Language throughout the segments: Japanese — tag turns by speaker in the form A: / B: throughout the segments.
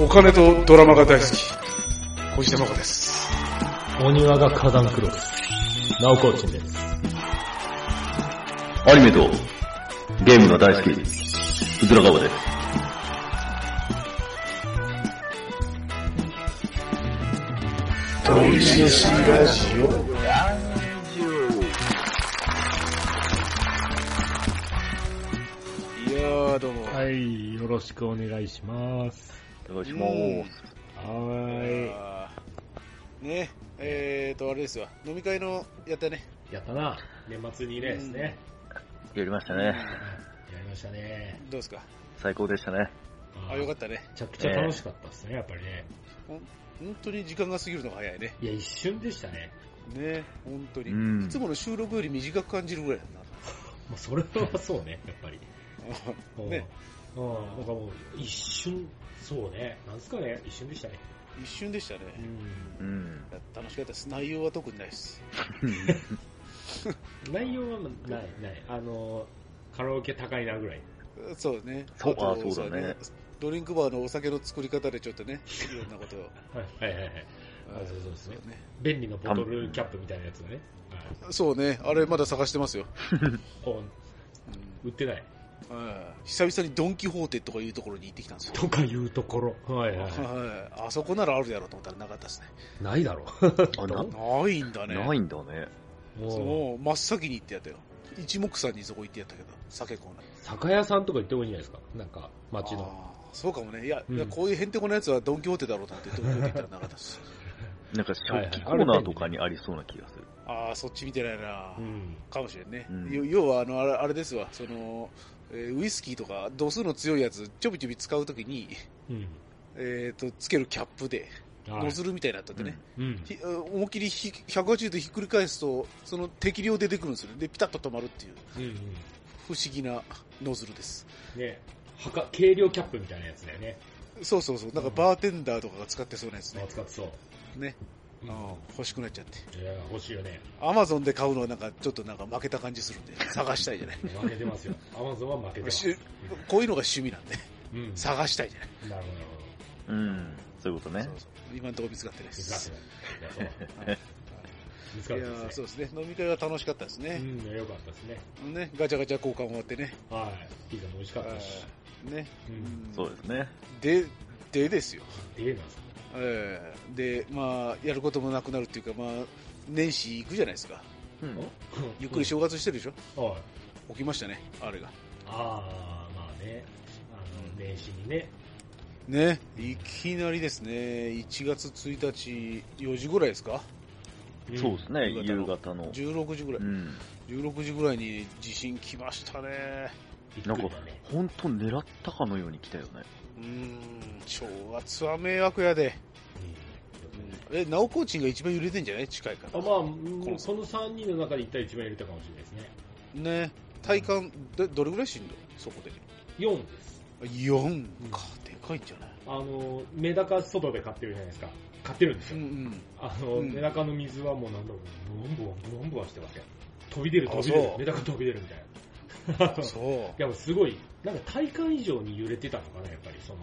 A: お金とドラマが大好き。小石真子です。
B: お庭が火山黒です。ナオコーチンです。
C: アニメとゲームが大好き、うずらがわです。
A: いやー、どうも。
B: はい、よろしくお願いします。
C: お願いし
A: ます。
B: は
A: はい
B: ー
A: やー。ね、えーと、あれですわ。飲み会の、やったね。
B: い。やったな。年末にね、ですね。
C: やりましたね。
B: やりましたね。
A: どうですか
C: 最高でしたね。
A: あ、よか
B: っ
A: ったね。
B: た。めちゃくちゃ楽しかったですね、やっぱりね。
A: 本当に時間が過ぎるのが早いね。
B: いや、一瞬でしたね。
A: ね、本当に。
C: うん
A: いつもの収録より短く感じるぐらいだ
B: まあ、それはそう ね、やっぱり。
A: な。 ね、
B: うん。うん。なんかもう、一瞬、そうね。なんすかね、一瞬でしたね。
A: 一瞬でしたね。
B: うん
C: うん。
A: 楽しかったです。内容は特にないです。
B: 内容はない、ない。あの、カラオケ高いなぐらい。
A: そうね。
C: そう
A: と
C: あそうだね
A: さドリンクバーのお酒の作り方でちょっとね、いろんなことを。
B: はいはいはいはい。あそうそうですね
A: ね。
B: 便利なボトルキャップみたいなやつね。はい。
A: そうね、あれまだ探してますよ。
B: こう売ってない。
A: うんはい久々にドン・キホーテとかいうところに行ってきたんですよ。
B: とかいうところ。はいはいは
A: はい、あそこならあるやろうと思ったらなかったですね。
B: い。ないだろ。
C: あ、な、
A: ないんだね。
C: ないんだね。
B: もう、
A: そう、真っ先に行ってやったよ。一目散にそこ行ってやったけど、酒コーナー。
B: 酒屋さんとか行った方がいいんじゃないですか。なんか、街の。
A: あーそうかもね。いや、
B: うん
A: いやこういうへんてこなやつはドン・キホーテだろうと思って、ドン・キホーテ行ったらなかった です。
C: なんか食器コーナーとかにありそうな気がする。
A: ああ、そっち見てないな。
B: うん。
A: かもしれんね、
C: うん
A: よ要はあのあれあれですわその、えーウイスキーとか度数の強いやつちょびちょび使うときに、
B: うん。
A: えー、とつけるキャップで
B: はい
A: ノズルみたいになったってね、
B: うん。
A: ひ思いっきりひ180度ひっくり返すとその適量出てくるんですよねでピタッと止まるっていう
B: うんうん。
A: 不思議なノズルです
B: ね、はか、軽量キャップみたいなやつだよね。
A: そうそうそうなんかバーテンダーとかが使ってそうなやつね
B: 使ってそう。
A: ね
B: うん
A: あー欲しくなっちゃって
B: いや、欲しいよね。
A: アマゾンで買うのはなんかちょっとなんか負けた感じするんで探したいじゃない
B: 負けてます よ。アマゾンは負けてます。
A: しこういうのが趣味なんで
B: うん。
A: 探したいじゃない
B: なるほど、なる
C: うん。そういうことね
A: そう。そう今のところ見つかってないで
B: ほど。見つかって
A: す。
B: ない。いや、そう。
A: はい
B: 見つ
A: い
B: か
A: や
B: ってない
A: ー
B: です
A: そ
B: ね。
A: うですね、飲み会は楽しかったです
B: う
A: ね。
B: ん、よかったですね。
A: ね、ガチャガチャ交換終わってね。
B: はい。ピザも美味しかったし。
A: あーね、
B: う。
A: うんん
C: そうですね。
A: で、でですよ。
B: でえなんですか
A: えーで、まあ、やることもなくなるっていうか、まあ、年始行くじゃないですか。
C: うん。
A: ゆっくり正月してるでしょ、
B: うんはい。
A: 起きましたね、あれが。
B: ああ、まあね。あの、年始にね。
A: ね、いきなりですね、1月1日、4時ぐらいですか
C: そうですね、
A: 夕
C: 夕方の。。
A: ?16 時ぐらいう
C: ん。
A: 16時ぐらいに地震来ましたね。
B: びっくりだね。
C: ほんと狙ったかのように来たよね。
A: うーん、正月は迷惑やで。え、ナオコーチンが一番揺れてんじゃない近いか
B: うんあ
A: ら。
B: まあ、うんその3人の中で一体一番入れたかもしれないですね。
A: ね、体感、どどれぐらいしんどいそこで。
B: 4です。
A: 4か、でかいんじゃない
B: あの、メダカ外で買ってるじゃないですか。買ってるんです
A: う
B: よ。
A: ん
B: あの、
A: うん
B: メダカの水はもうなんだろう、ブワンブワン、ブワンブワンしてますよ。飛び出る、
A: あ
B: 飛び出
A: そ
B: る、
A: う
B: メダカ飛び出るみたいな
A: う。ん。そ
B: い や、もうすごい、なんか体感以上に揺れてたのかな、やっぱり、その、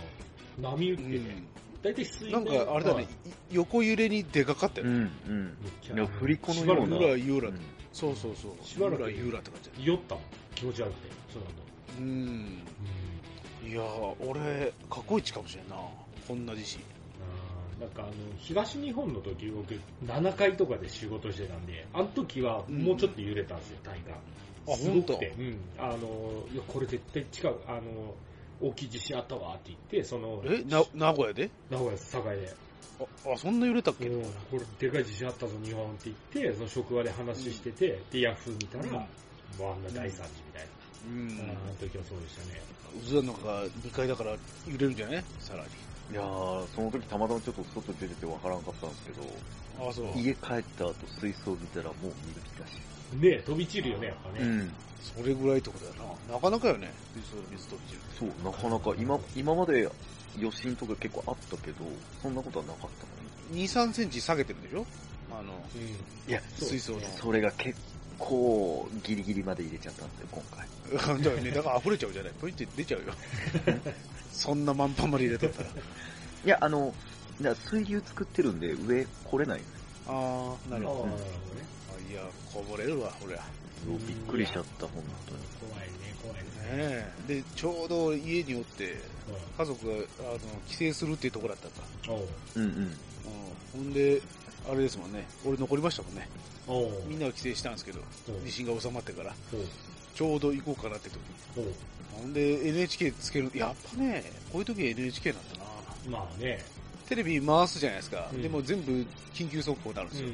B: 波打っ
A: う。
B: て
A: う
B: て、
A: ん。
B: 大体水面
A: なんかあれだ
B: は
A: ね
B: い、
A: い横揺れにでかかった
C: う
A: よ
C: ん
A: ね。、
C: うん。
B: めっちゃ
C: いや振り子のよう
A: ゆ
C: な
A: らゆら
C: うん。
A: そうそうそう。
B: しばらく
A: ゆらゆらって感じだね
B: 酔ったもん、気持ち悪くて、そうなんだ。
A: うん。いやー、俺、過去一かもしれんな。こんな地震。
B: あーなんかあの、東日本の時僕、7階とかで仕事してたんで、あの時はもうちょっと揺れたんですよ、体感。
A: あ
B: すごくて、うん。あの、いや、これ絶対違う、あの、大きい地震あったわって言って、その、
A: え、な、名古屋で
B: 名古屋です、栄で。
A: あ、あ、そんな揺れたっけ
B: うんこれでかい地震あったぞ日本って言ってその職場で話してて、でヤフー見たら、
A: うん
B: もうあんな大惨事みたい
A: うん
B: な、あの時はそうでしたね
A: 渦の中が2階だから揺れるんじゃないさらに。
C: いやー、その時たまたまちょっと外出ててわからんかったんですけど、
A: あ、そう。
C: 家帰った後水槽見たらもう水浸し。
B: ねえ飛び散るよねやっぱね、
C: ん。
A: それぐらいってことだよな。なかなかよね。水槽の水飛び散る。
C: そう、なかなか、今、今まで余震とか結構あったけど、そんなことはなかったのに。
A: 2、3センチ下げてるでしょあの、
B: うん
C: いや、
B: そう
A: 水槽の。
C: それが結構ギリギリまで入れちゃったんですよ、今回。
A: じゃあ ね、だから溢れちゃうじゃない。ポイント出 ちゃうよ。そんな満帆まで入れとったら。
C: いや、あの、だ水流作ってるんで上来れないんですよ
A: ああ、な
B: ああ、な
A: る
B: る
A: ほど。
B: ほどね。
A: あいや、こぼれるわ、俺は。
C: もうびっくりしちゃった、本当に。
B: 怖いね、怖いね。
A: ねえ。で、ちょうど家におって、家族が、あの、帰省するっていうところだったか。
B: おう
C: うんうん。
A: うん。ほんで、あれですもんね。俺残りましたもんね。
B: おう
A: みんなは帰省したんですけど、
B: おう
A: 地震が収まってから、
B: おう
A: ちょうど行こうかなって時に。
B: おう
A: ほんで、NHK つける。やっぱね、こういう時は NHK なんだな。
B: まあね。
A: テレビ回すじゃないですか。
B: うん
A: でも全部緊急速報になるんで
B: う
A: すよ。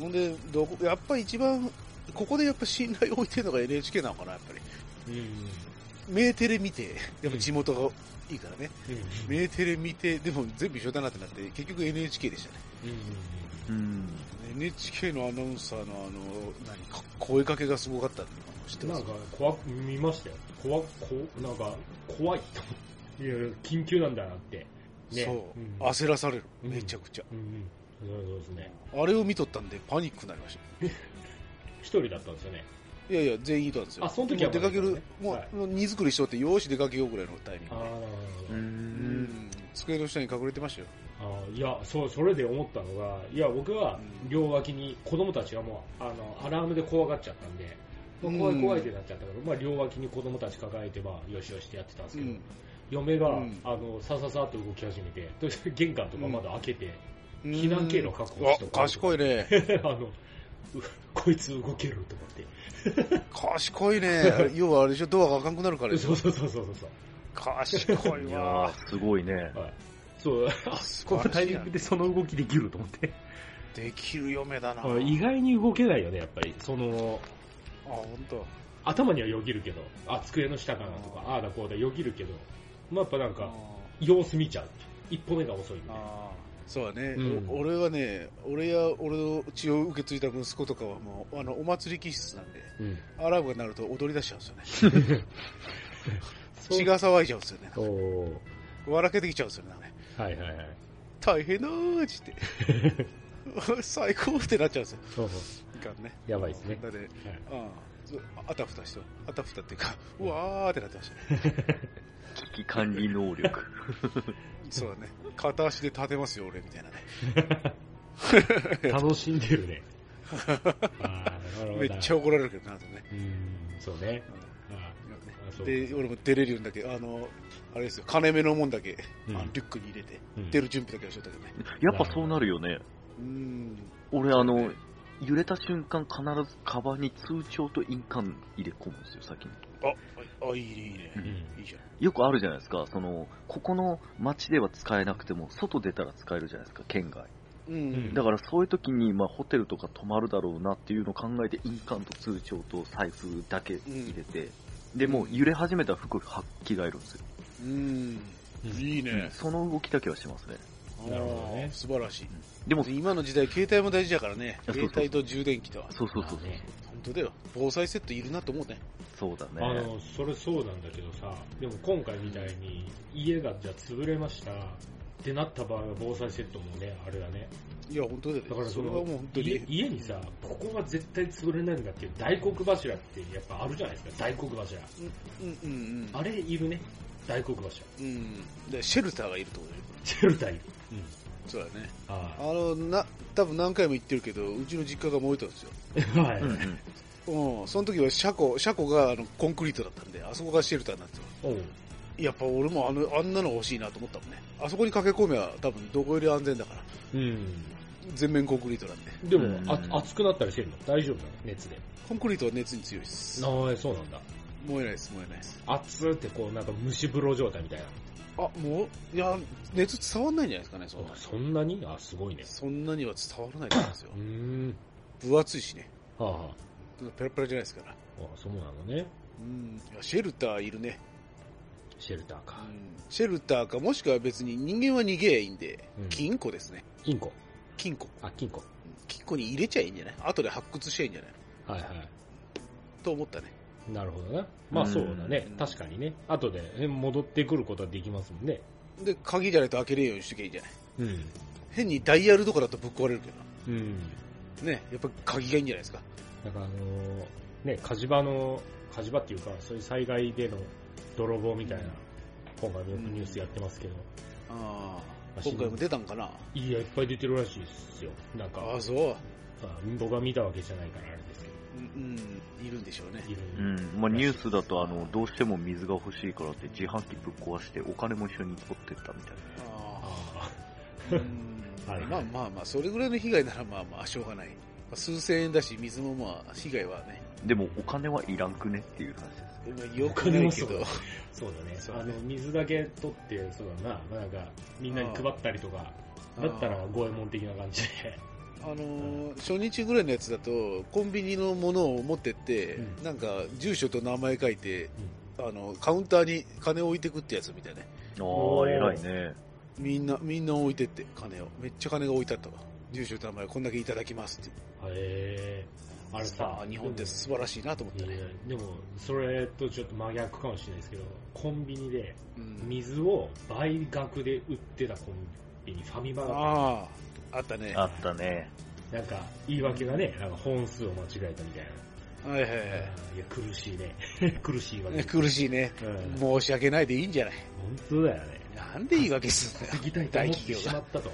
B: ん。
A: ほんでどこ、やっぱり一番、ここでやっぱ信頼を置いてるのが NHK なのかな、やっぱり。
B: うん。
A: メーテレ見て、やっぱ地元がいいからね。
B: うん。
A: メーテレ見て、でも全部一緒だなってなって、結局 NHK でしたね。
B: うん。
C: うん。
A: NHK のアナウンサーのあの、何か、声かけがすごかったの知ってま
B: な
A: す
B: んか、怖く、見ましたよ。怖く、こなんか、怖いと思って。いやいや、緊急なんだなって。ね。
A: そう、
B: ん、
A: 焦らされる。
B: うん
A: めちゃくちゃ。
B: うんうん。そうそうですね。
A: あれを見とったんでパニックになりました。
B: 一人だったんですよね。
A: いやいや、全員いたんですよ。
B: あその時は
A: もう出かける、もう、
B: はい
A: もう荷造りしとって、よーし出かけようぐらいのタイミン
B: あ
A: グで。
B: あ、なるほ
C: う
B: ど。
C: ん。
A: 机の下に隠れてましたよ。
B: あーいやそうそれで思ったのがいや僕は
A: うん
B: 両脇に子供たちがもうあのアラームで怖がっちゃったんで、まあ怖
A: う
B: い
A: ん
B: 怖いってなっちゃったから、まあ、両脇に子供たち抱えて、まあ、よしよしってやってたんです
A: う
B: けど、
A: ん。
B: 嫁が、
A: うん
B: あのさささっと動き始めてとりあえず玄関とかまだ開けて、
A: うん
B: 避難経路確保
A: わ
B: してお、こう
A: 賢いね。
B: あのうこいつ動けると思って
A: 賢いね。要はあれでしょ、ドアが開かんくなるから でしょ
B: そうそうそうそうそう
A: 賢い
C: いや
A: わ。
C: ー、すごいね。
B: はいそうあ
A: す
B: こ
A: ご
B: の
A: い
B: タイミングでその動きできると思って
A: できる嫁だな。
B: あ意外に動けないよねやっぱりその
A: あ、本当。
B: 頭にはよぎるけど、あ、机の下かなとか
A: う、ん
B: ああだこうだよぎるけど、まあ、やっぱなん
A: あ
B: か、様子見ちゃう。一歩目が遅いみ
A: ー
B: たいな。
A: あー。そうだね、
B: うん
A: お俺はね、俺や俺の血を受け継いだ息子とかはもう、あの、お祭り気質なんで、
B: うん。
A: アラームが鳴ると踊り出しちゃうんですよね。
B: そ う
A: 血が騒いじゃうんですよね。
B: おー
A: 笑けてきちゃうんですよね。なんかね
B: はいはいはい。
A: 大変だーっつって。 最高ってなっちゃうんですよ。
B: そう
A: いかんね。
B: やばいですね
A: だって
B: はい
A: うんそうあたふたして、あたふたっていうか、うわーってなってましたね。
C: 危機管理能力。
A: そうだね。片足で立てますよ、俺、みたいなね。
B: 楽しんで るね。あーなるほど
A: めっちゃ怒られるけどな、とね。
B: うん、そうね。
A: う
B: ああそ
A: ん
B: う
A: で、俺も出れるようにだけ、あの、あれですよ、金目のもんだけ、
B: う
A: あ
B: ん
A: のリュックに入れて、
B: うん
A: 出る準備だけはしとったけどね。
C: やっぱそうなるよね。
A: うん。
C: 俺、あの、揺れた瞬間必ずカバンに通帳と印鑑入れ込むんですよ、先に。
A: あ、あ、いいね、いいね。
B: うん
A: いいじゃん。
C: よくあるじゃないですか、その、ここの街では使えなくても、外出たら使えるじゃないですか、県外。
A: うん。
B: うん
C: だからそういう時に、まあ、ホテルとか泊まるだろうなっていうのを考えて、印鑑と通帳と財布だけ入れて、で、もう揺れ始めたら服は着替えるんですよ。
A: うん。
B: うん
A: いいね。
C: その動きだけはしますね。
B: なるほどね
A: あー素晴らしい。
C: でも、
A: 今の時代、携帯も大事だからね。
C: そうそう
A: 携帯と充電器とは。
C: そうそうそう
B: まあね
A: 本当だよ。防災セットいるなと思うね。
C: そうだ
B: あ
C: ね。
B: の、それそうなんだけどさ、でも今回みたいに、家がじゃあ潰れました。ってなった場合は防災セットもね、あれだね。
A: いや、本当だよね。
B: だから
A: そ
B: そ
A: れ
B: の
A: はもう本当
B: 家
A: に。
B: 家にさ、ここは絶対潰れないんだっていう大黒柱ってやっぱあるじゃないですか、大黒柱。
A: うんうんうん。
B: あれいるね、大黒柱。
A: うん。でシェルターがいるとこだよ。
B: シェルターいる。 うん。
A: そうだね。あ
B: は
A: の、な、多分何回も言ってるけど、うちの実家が燃えたんですよ。
B: い。 はい
C: うんう。ん。
A: うん。その時は車庫、車庫があのコンクリートだったんで、あそこがシェルターになってます
B: おう
A: やっぱ俺もあの、あんなの欲しいなと思ったもんね。あそこに駆け込めば多分どこより安全だから。
B: うん。
A: 全面コンクリートなんで。
B: で
C: うん
B: も、あ熱くなったりしてるの大丈夫なの熱で。
A: コンクリートは熱に強いです。
B: ああ、そうなんだ。
A: 燃えないです、燃えないです。
B: 熱ってこう、なんか蒸し風呂状態みたいな。
A: あ、もう、いや、熱伝わんないんじゃないですかね、そんなに。
B: そんなにあ、すごいね。
A: そんなには伝わらないと思うんですよ
B: う。ん。
A: 分厚いしね。
B: はあ、は
A: ペラペラじゃないですから。
B: あ、あそうなのね。
A: うん。いやシェルターいるね。
B: シェルターか。
A: シェルターか、もしくは別に人間は逃げりゃいいんで、
B: うん
A: 金庫ですね。
B: 金庫。
A: 金庫。
B: あ、金庫。
A: 金庫に入れちゃいいんじゃない後で発掘しちゃいいんじゃない
B: はいはい。
A: と思ったね。
B: なるほどな。まあそうだね
A: う。ん
B: 確かにね。後でえ戻ってくることはできますもんね。
A: で、鍵じゃないと開けれんようにしときゃいいんじゃない
B: うん。
A: 変にダイヤルとかだとぶっ壊れるけ
B: うん。
A: ど。ね、やっぱ鍵がいいんじゃないですか。
B: あなんかあのね、火事場の、火事場っていうか、そういう災害での泥棒みたいな、今回もよくニュースやってますけど、
A: ああ今回も出たんかない
B: や、いっぱい出てるらしいですよ。なんか、
A: ああそう
B: あ僕が見たわけじゃないからあれですけど、
A: うん、うん、いるんでしょうね
B: いろ
C: う
B: いろ
C: ん。まあ、ニュースだと、あの、どうしても水が欲しいからって自販機ぶっ壊してお金も一緒に取ってったみたいな。
A: あ
B: あ
A: あう ん
B: はい
A: まあまあまあそれぐらいの被害ならまあまあしょうがない、まあ数千円だし水もまあ被害はね
C: でも、お金はいらんくねっていう話です。
A: まあよくないけ
B: お金
A: ど
B: はあそうだね。
A: そう
B: あ
A: だね
B: の、水だけ取って、そうだな、まあなんか、みんなに配ったりとか、だったら五右衛門的な感じで。
A: あのー初日ぐらいのやつだとコンビニのものを持ってって、
B: うん
A: なんか住所と名前書いて、あのカウンターに金を置いてくってやつみたいね
C: あ
B: お
C: あ、
B: ー
C: 偉いね。
A: みんなみんな置いてって金をめっちゃ金が置いてあったわ住所と名前こんだけいただきますって
B: へーあれさ、
A: 日本です素晴らしいなと思っ
B: で
A: た
B: も。い
A: ね
B: や、でも、それとちょっと真逆かもしれないですけど、コンビニで
A: うん、
B: 水を倍額で売ってたコンビニ、ファミマが
A: あああったね
C: あ
A: は
C: ったね。
B: なんか、言い訳がね、なんか本数を間違えたみたいな。
A: いはい
B: いや、苦しいね。 苦しいわ
A: は
B: け
A: い。苦しいね
B: うん、本
A: 申し訳ないでいいんじゃない
B: 当だよね。
A: なんで言い訳すんだよ
B: 行きたいと思ってしまったと。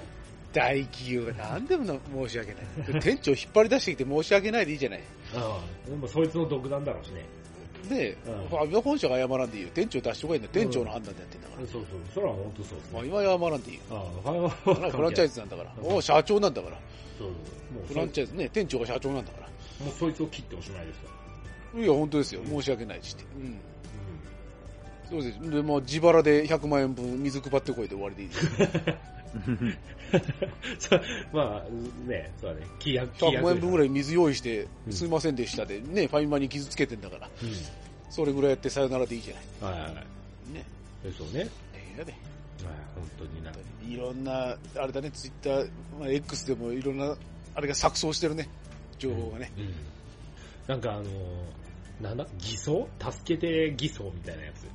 A: 大企業が何でもな申し訳ない店長引っ張り出してきて申し訳ないでいいじゃない
B: うん。でも、そいつの独断だろうしね。
A: で、
B: うん
A: ファミマ本社が謝らんでいいよ。店長出しとかいいんだよ。店長の判断でやってんだから
B: そう。そう、それは本当そうです
A: まあ、
B: ね。
A: 今謝らんでいいよ。
B: ああ、ファンは
A: フランチャイズなんだから。お社長なんだから。
B: そうもう
A: フラン
B: そ
A: チャイズね、店長が社長なんだから。
B: もうそいつを切っておしまいですよ。
A: いや、本当ですよ。
B: うん
A: 申し訳ないしって。うん。
B: うん。
A: そうです。で、まあ、自腹で100万円分水配ってこいで終わりでいい です。
B: そうまあ、ね、そうだね。規約、規
A: 100
B: 約。
A: 万円分ぐ
B: らい。
A: らい水用意して、
B: うん
A: すいませんでしたで、ね、ファミマに傷つけてんだから。
B: う
A: それぐらいやってさよならでいいじゃない。
B: ん。はいはいはい。
A: ね。
B: そうね。
A: いやで。
B: はい、本当になんか。
A: いろんな、あれだね、ツイッター、まあ、X でもいろんな、あれが錯綜してるね。情報がね。
B: うん。なんかあのーなんだ偽装助けて偽装みたいなやつ。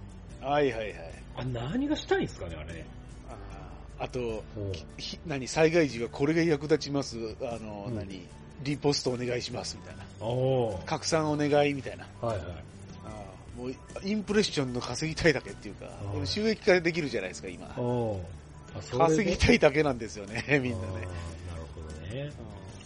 A: はいはいはい。
B: あ、何がしたいんですかね、あれね。
A: あーあと、
B: うん
A: ひ何災害時はこれが役立ちます、あの、
B: うん
A: 何リポストお願いしますみたいな、
B: おー
A: 拡散お願いみたいな、
B: はいはい。
A: あーもうインプレッションの稼ぎたいだけっていうか
B: う、ん
A: 収益化できるじゃないですか、今、
B: おーあ、それで
A: 稼ぎたいだけなんですよね、 みんな
B: あーな
A: ね
B: る。ほどね。
A: うん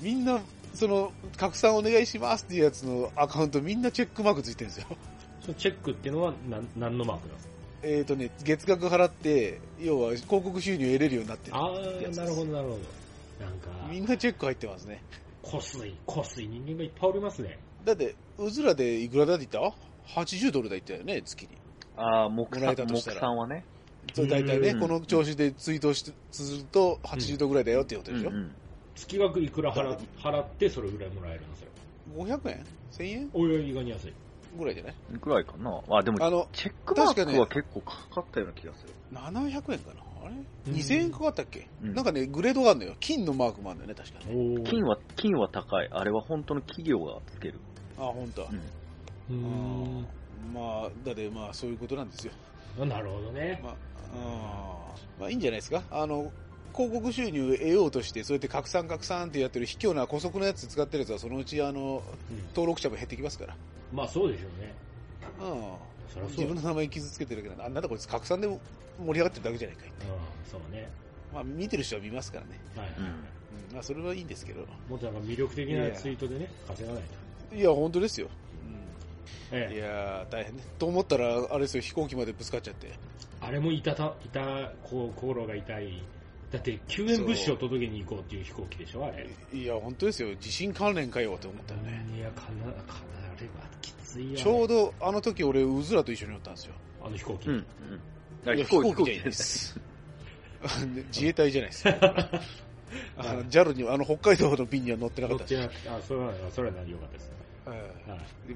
A: みんな、その、拡散お願いしますっていうやつのアカウント、みんなチェックマークついてるんですよ。
B: そのチェックっていうのは何何のマークなんですか
A: えっとね、月額払って、要は広告収入得れるようになってる。や
B: あ
A: つ
B: ー、
A: です
B: なるほどなるほど。なんか、
A: みんなチェック入ってますね。
B: こすい、こすい人間がいっぱいおりますね。
A: だって、うずらでいくらだって言った ?80 ドルだって言ったよね、月に。
C: ああ、木
A: もら
C: さ
A: えた
C: ん、
A: と
C: 木
A: したら
C: さんはね。
A: そう大体ね、
C: うん
A: この調子でツイートしてすると80ドルぐらいだよってこと
C: う
A: で
C: ん
A: しょ、
C: うん。
B: 月額いくら払払ってそれぐらいもらえるんですよ。
A: ?500 円 ?1000 円
B: おいおい意外に安い。
A: ぐらいじゃない
C: くらいかな。あ、でも、
A: あの、
C: チェックマー
A: 確かね
C: クは結構かかったような気がする。
A: 700円かなあ
B: う
A: れ
B: ん
A: ?2000 円かかったっけ、
C: うん
A: なんかね、グレードがあるのよ。金のマークもあるんだよね、確かに。
B: おー
C: 金は、金は高い。あれは本当の企業がつける。
A: あ、ほんと。
C: うん
B: うーん
A: まあ、だってまあ、そういうことなんですよ。
B: あなるほどね。
A: まあ、あーまあ、いいんじゃないですかあの、広告収入得ようとして、そうやって拡散拡散ってやってる卑怯な古速のやつ使ってるやつは、そのうち、あの、
B: うん
A: 登録者も減ってきますから。
B: まあそうでしょうね。
A: うん。
B: そりゃそ
A: 自
B: うだ
A: 分。の名前傷つけてるだけなんだ。あんなたこいつ拡散で盛り上がってるだけじゃないかい。
B: うんそうね。
A: まあ見てる人は見ますからね。
B: はいはい。
C: うん
A: うん、まあそれはいいんですけど。
B: もっとなんか魅力的なツイートでね、稼がないと。
A: いや、本当ですよ。
B: え
A: い
B: え、
A: やー、大変ね。と思ったら、あれですよ、飛行機までぶつかっちゃって。
B: あれもいたた、いた、こう、心が痛い。だって、救援物資を届けに行こうっていう飛行機でしょ、あれ。
A: いや、本当ですよ。地震関連かよって思ったよね。
B: いや、かな、かな、あれはきついよ、ね。
A: ちょうどあの時俺、うずらと一緒に乗ったんですよ。
B: あの飛行機。
C: うん。うん。
A: いや飛行機じゃないで。す。 自衛隊じゃない です。あの JAL には、あの北海道の便には乗ってなか
B: 乗
A: っ
B: ったて
A: し。
B: なくて、あ、それは、それは何よかったです。はい。
A: う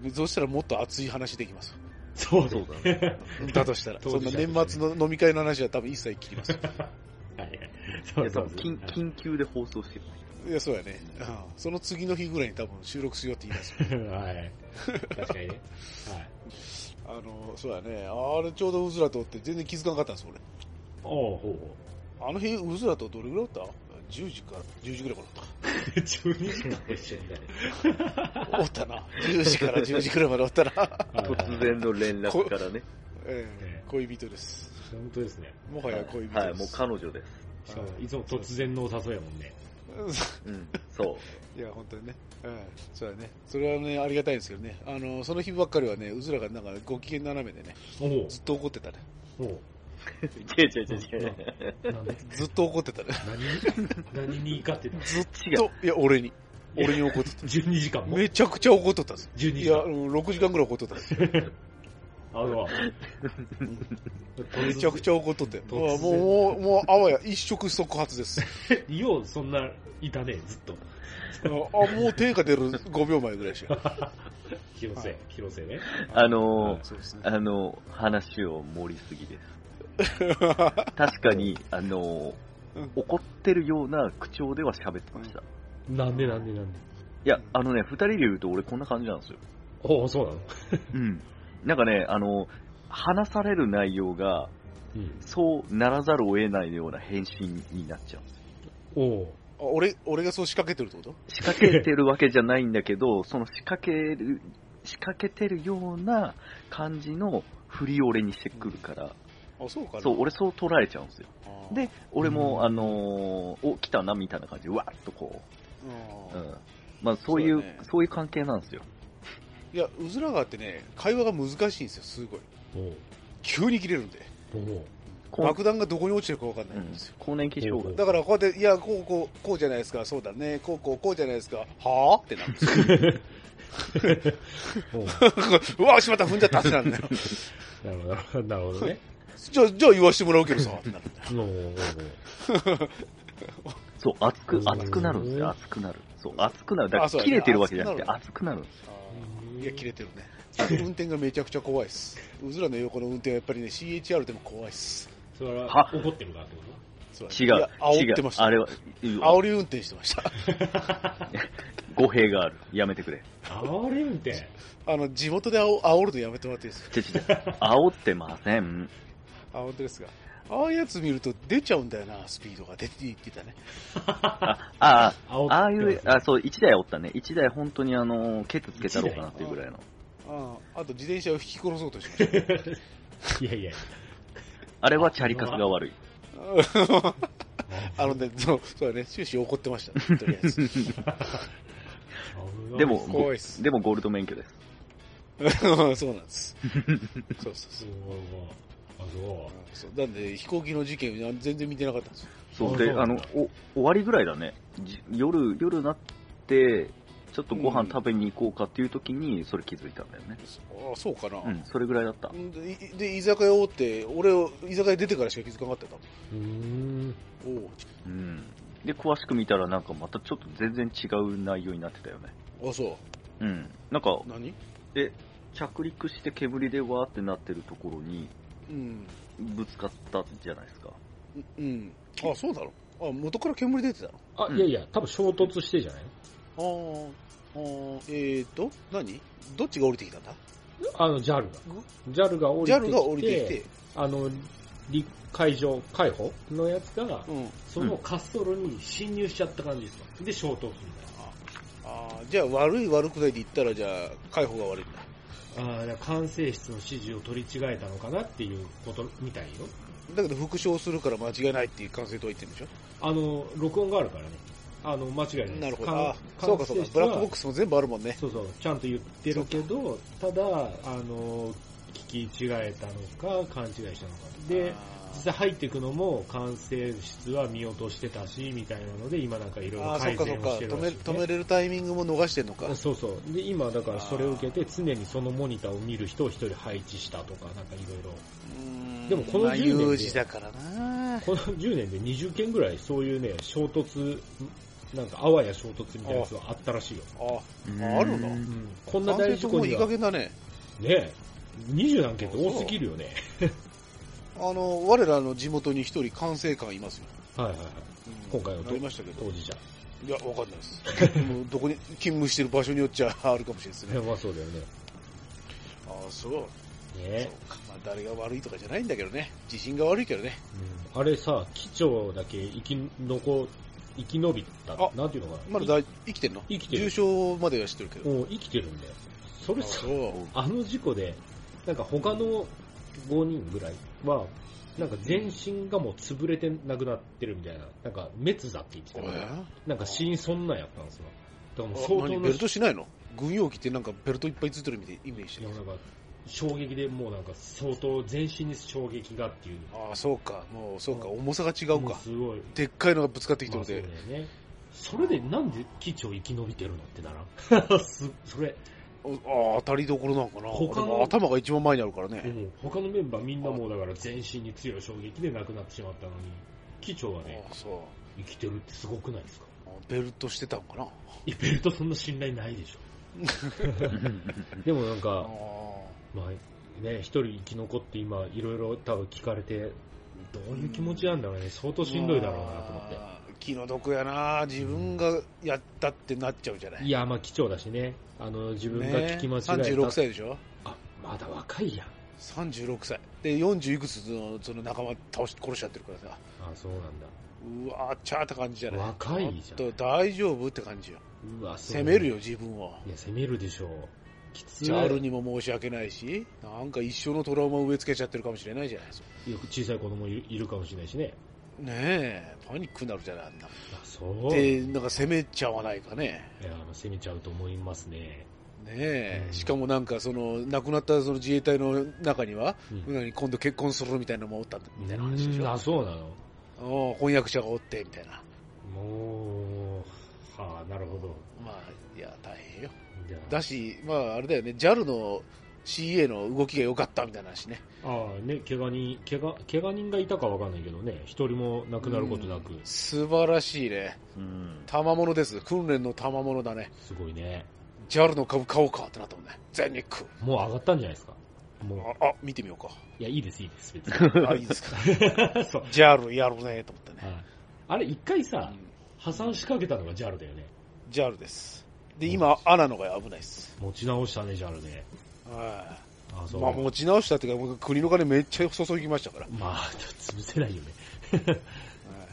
A: んそうしたらもっと熱い話できます。
B: そう
C: そ
B: そうう
C: だね。
A: だとしたら、
B: 当
A: そん
B: 事
A: な
B: 者としてね
A: 年末の飲み会の話は多分一切聞きます。
B: だ。はいはい。
C: い
B: そ
C: や、
B: うそ
C: 多
B: う
C: 分緊緊急で放送してる。
A: いや、そうやね、うんその次の日ぐらいに多分収録しようって言 いますよ。
B: はい。はい。確かにね。はい。
A: あの、そうやね。あれちょうどうずらとって全然気づかなかったんです、
B: おうほうほう。
A: 俺。あの日、うずらとどれぐらいだった ?10 時から、10時ぐらいからだっ
B: 12時間も一緒にいたね。
A: おったな。10時から10時くらいまでおった な。
C: 突然の連絡からね。
A: ええ恋人です。
B: 本当ですね。
A: もはや恋人です。
C: はい、もう彼女です。
B: しかも、いつも突然のお誘いやもんね。
C: うん、そう。
A: いや、本当にね。うん。そうだね。それはね、ありがたいんですけどね。あの、その日ばっかりはね、うずらがなんかご機嫌斜めでね、
B: おう
A: ずっと怒ってたね。
B: おう
C: 違う違う違う違う。
B: なんで
A: ずっと怒ってたね。
B: 何に何に怒ってたの
A: ずっと、いや、俺に。俺に怒ってた。
B: ?12 時間も
A: めちゃくちゃ怒っとったんですよ。
B: ?12
A: い
B: 時
A: や、
B: 間。
A: うん6時間ぐらい怒っとったんですよ。
B: あの、
A: めちゃくちゃ怒っとったよ。
B: 突然
A: もう、もう、もう、あわや一触即発です。
B: ゃ。よう、そんな、いたね、ずっと。
A: あ、もう手が出る5秒前ぐらいでし ょ。
B: 広
A: は
B: 瀬
A: い、
B: 広瀬ね。
C: あのー
A: そうですね。
C: あの、話を盛りすぎです。 確かに、あの
A: うん、
C: 怒ってるような口調では喋ってました。い
B: なんでなんでなんで。
C: や、あのね、二人でいると俺こんな感じなんですよ。
B: おお、そうなの
C: うん。なんかね、あの、話される内容が、
B: うん。
C: そうならざるを得ないような返信になっちゃうんですよ。
B: おお。
A: あ俺、俺がそう仕掛けてるってこ
C: 仕掛けてるわけじゃないんだけど、 その仕掛ける、仕掛けてるような感じの振りを俺にしてくるから、
A: とあ、そうかな。
C: そう、俺そう捉えちゃうんですよ。
A: あー、
C: で、俺
B: う
C: も、
B: ん
C: あのーお、来たな、みたいな感じで、わーっとこ
A: あ
C: う、う
A: ー
C: ん。まあ、そういう、
A: そう
C: そう,、
A: だね
C: いう関係なんですよ。
A: いや、うずらがあってね、会話が難しいんですよ、すごい。
B: おう
A: 急に切れるんで。
B: おう
C: こう
A: 爆弾がどこに落ちてるか分かん
C: う
A: ないん
C: ん
A: ですよ。、
C: 更年期障
B: ほう
C: 害。
A: だからこうやって、いや、こう、こう、こうじゃないですか、そうだね、こう、こう、こうじゃないですか、はぁってなるんですよ。
B: おう
A: うわ、しまった、踏んじゃったってなるんだよ。
B: なるほど、なるほどね。
A: じゃあ、じゃあ言わしてもらうけどさ、ってなるんだよ。
B: おうおうおう
C: そう、熱く
B: う、ん
C: 熱くなるんですよ、熱くなる。そう、熱くなる。だ
A: あ
C: か
A: そうだ
C: ら、切
A: ね
C: れてるわけじゃなくて、
A: 熱
C: 熱くなるんですよ。
A: いや、切れてるね。あと運転がめちゃくちゃ怖いです。うずらの横の運転はやっぱりね、CHR でも怖いっす。
B: それは
C: は
B: 怒ってるからってこ
A: そうだね
C: 違
A: いや
C: う、違
A: 煽って
C: う
A: まし。た。
C: あれは、
A: 煽り運転してました。
C: 語弊がある。やめてくれ。
B: とあれ運転。
A: あの、地元で煽煽るのやめてもらっていいですか
C: ちょちょちょ、煽ってません。
A: あ、本当ですか。ああいうやつ見ると出ちゃうんだよな、スピードが。出て言ってたね。
C: あ、あ
B: 煽
C: あ、ああいう、あ、そう、一台おったね。一台本当にあの、ケツつけたろうかなっていうぐらいの。
A: あああと自転車を引き殺そうとしました。
B: いやいや、
C: あれはチャリカスが悪い。
A: あのね、そうそうだね、終始怒ってました、ね、とりあえず。
B: 危ない
C: でも、
A: 怖いっす
C: でもゴールド免許です。
A: そうなんです。そうそうそ
B: そ
A: うう。
B: あ、そう
A: あ。そうなんで、飛行機の事件は全然見てなかったんですよ。
C: そう、
B: あ
C: で、
B: そうな
C: あ
B: ん
C: の
B: だ、
C: お、終わりぐらいだね。じ夜、夜なって、ちょっとご飯食べに行こうかっていう時に、それ気づいたんだよね。
A: ああ、そうかな。
C: うん、それぐらいだった。
A: んで、いで居酒屋を追って、俺を、居酒屋出てからしか気づかなかったよ
B: うーん。
A: 多分
C: うん。で、詳しく見たらなんかまたちょっと全然違う内容になってたよね。
A: おうあ、そう。
C: うん。なんか、
A: 何
C: で、着陸して煙でわーってなってるところに、
A: うん。
C: ぶつかったじゃないですか。
A: うん。あ、そうだろ。あ、元から煙出てたの
B: あ、いやいや、多分衝突してじゃない
A: あーあー、えーと、何どっちが降りてきたんだ
B: あの、JAL が。JAL が降りてきて。
A: ?JAL が降りてきて、
B: あの、陸海上、海保のやつが、
A: うん。
B: その滑走路に侵入しちゃった感じですか。で、衝突み
A: あーじゃあ悪い悪くないで言ったら、じゃあ、解放が悪いんだ。
B: たいな。ああ、だから管制室の指示を取り違えたのかなっていうことみたいよ。
A: だけど復唱するから間違いないっていう感性とは言ってるんでしょ、
B: あの、録音があるからね。あの、間違いないです。
A: なるほど。
B: 管
A: あそうかそう
B: 管
A: か
B: 制。室
A: ブ
B: は
A: ラックボックスも全部あるもんね。
B: そうそう、ちゃんと言ってるけど、ただ、あの、聞き違えたのか、勘違いしたのか。で、
A: あ
B: 実
A: ー
B: 際入っていくのも、管制室は見落としてたし、みたいなので、今なんかいろい
A: あ
B: ろ
A: ー、そっ
B: 改
A: かそ
B: 善
A: っ
B: を
A: か
B: して
A: 止
B: る
A: め。
B: らしい、
A: 止めれるタイミングも逃してんのか。
B: そうそう。で、今だからそれを受けて、常にそのモニターを見る人を一人配置したとか、なんかいろいろ。でもこの
A: まあ
B: 10年で
A: 有事だからな。
B: この10年で20件ぐらい、そういうね、衝突、なんかあわや衝突みたいなやつがあったらしいよ。
A: あ、あるの
B: うんこんな
A: 男
B: 大
A: 性
B: 事
A: と
B: 故
A: もい
B: に
A: い加
B: は、ね
A: 減だね。
B: え、20何件って多すぎるよね。
A: あの、我らの地元に一人管制官いますよ。
B: はいはいはい。
A: うん
B: 今回はど
A: なりましたけど。
B: 当事者。
A: いや、わかんないです。もうどこに勤務してる場所によっちゃあるかもしれないですね。
B: まあそうだよね。
A: ああ、そう。そう
B: ね
A: か。まあ、誰が悪いとかじゃないんだけどね。自信が悪いけどね。
B: うんあれさ、機長だけ生き残生き延びた、
A: あ
B: なんていうのかな。
A: まだだい生きてんの
B: 生きてる
A: 重傷までは知ってるけど。
B: もう生きてるんで、それ
A: あ
B: さ、
A: そう。
B: あの事故で、なんか他の5人ぐらいは、なんか全身がもう潰れてなくなってるみたいな、なんか滅だって言ってた
A: え
B: から、
A: ー
B: なんか死因そんなんやったんですよ。だからもう相
A: あ
B: 当
A: 何
B: な
A: ベルトしないの軍用機ってなんかベルトいっぱいついてるみたいなイメージ
B: いやなんか衝撃でもうなんか相当全身に衝撃がっていう。
A: ああそうかもうそうか
B: う
A: 重さが違う
B: も
A: か
B: すごい。
A: でっかいのがぶつかってき
B: ま
A: た
B: あ
A: の
B: そうだ
A: で
B: よね。それでなんで基地を生き延びてるのって ならん。すそれ、
A: ああ当たりどころなのかな
B: 他の
A: でも頭が一番前にあるからね、
B: うん他のメンバーみんなもうだから全身に強い衝撃で亡くなってしまったのに、機長はね
A: あ、あそう
B: 生きてるってすごくないですか
A: あベルトしてたのかない
B: や、ベルトそんな信頼ないでしょ。でもなん
A: あ
B: か、
A: あ
B: まあね、一人生き残って今、いろいろ多分聞かれて、どういう気持ちなんだろうね、相当しんどいだろうなと思って。
A: まあ気の毒やな自分がやったってなっちゃうじゃない、
B: いや、まあ貴重だしね、あの、自分が聞き間違えた。
A: ね、36歳でしょ
B: あ、まだ若いやん。
A: 36歳で40いくつのその仲間倒し殺しちゃってるからさ
B: あ、そうなん
A: う
B: だ。
A: わーちゃーって感じじゃない
B: 若いじゃん
A: ちょっと大丈夫って感じよ
B: うわ、そう
A: 責めるよ自分を
B: いや、攻めるでしょう。きつい。
A: ジャールにも申し訳ないしなんか一生のトラウマを植え付けちゃってるかもしれないじゃないですか
B: よく小さい子供いるいるかもしれないしね。
A: ねえパニックになるじゃないあんな
B: あ、そう。
A: で
B: い
A: なんか責めちゃわないかね
B: や、まあ攻めちゃうと思いますね。
A: ねえ、
B: うん
A: しかもなんかその亡くなったその自衛隊の中には、
B: うん
A: 何今度結婚するみたいなのもおったみたいな話でし
B: うんあ、
A: ょ
B: そうなの。
A: おう翻訳者がおってみたいな
B: もう、はあ、なるほど。
A: まあいや大変よ
B: じゃあ
A: だしまああれだよね JAL の CA の動きが良かったみたいな話ね
B: ああ、ね、怪我人、怪我、怪我人がいたかわかんないけどね、一人も亡くなることなく、
A: 素晴らしいね
C: うん。
A: 賜物です訓練の賜物だね
B: すごいね。
A: JAL の株買おうかってなったもんね全日空
B: もう上がったんじゃないですか。もう、
A: ああ見てみ ようか
B: いや、いいです、いいです、 別に。
A: あいいですか
B: そう。
A: JAL やるねと思ってね、
B: はいあれ、一回
A: う
B: さ、
A: ん
B: 破産しかけたのが JAL だよね。
A: JAL ですで今アナのが危ないです
B: 持ち直したね、JAL ね。
A: はい
B: あ、そう。
A: まあ持ち直したっていうか、僕国の金めっちゃ注ぎましたから。
B: まあ、潰せないよね。
A: は い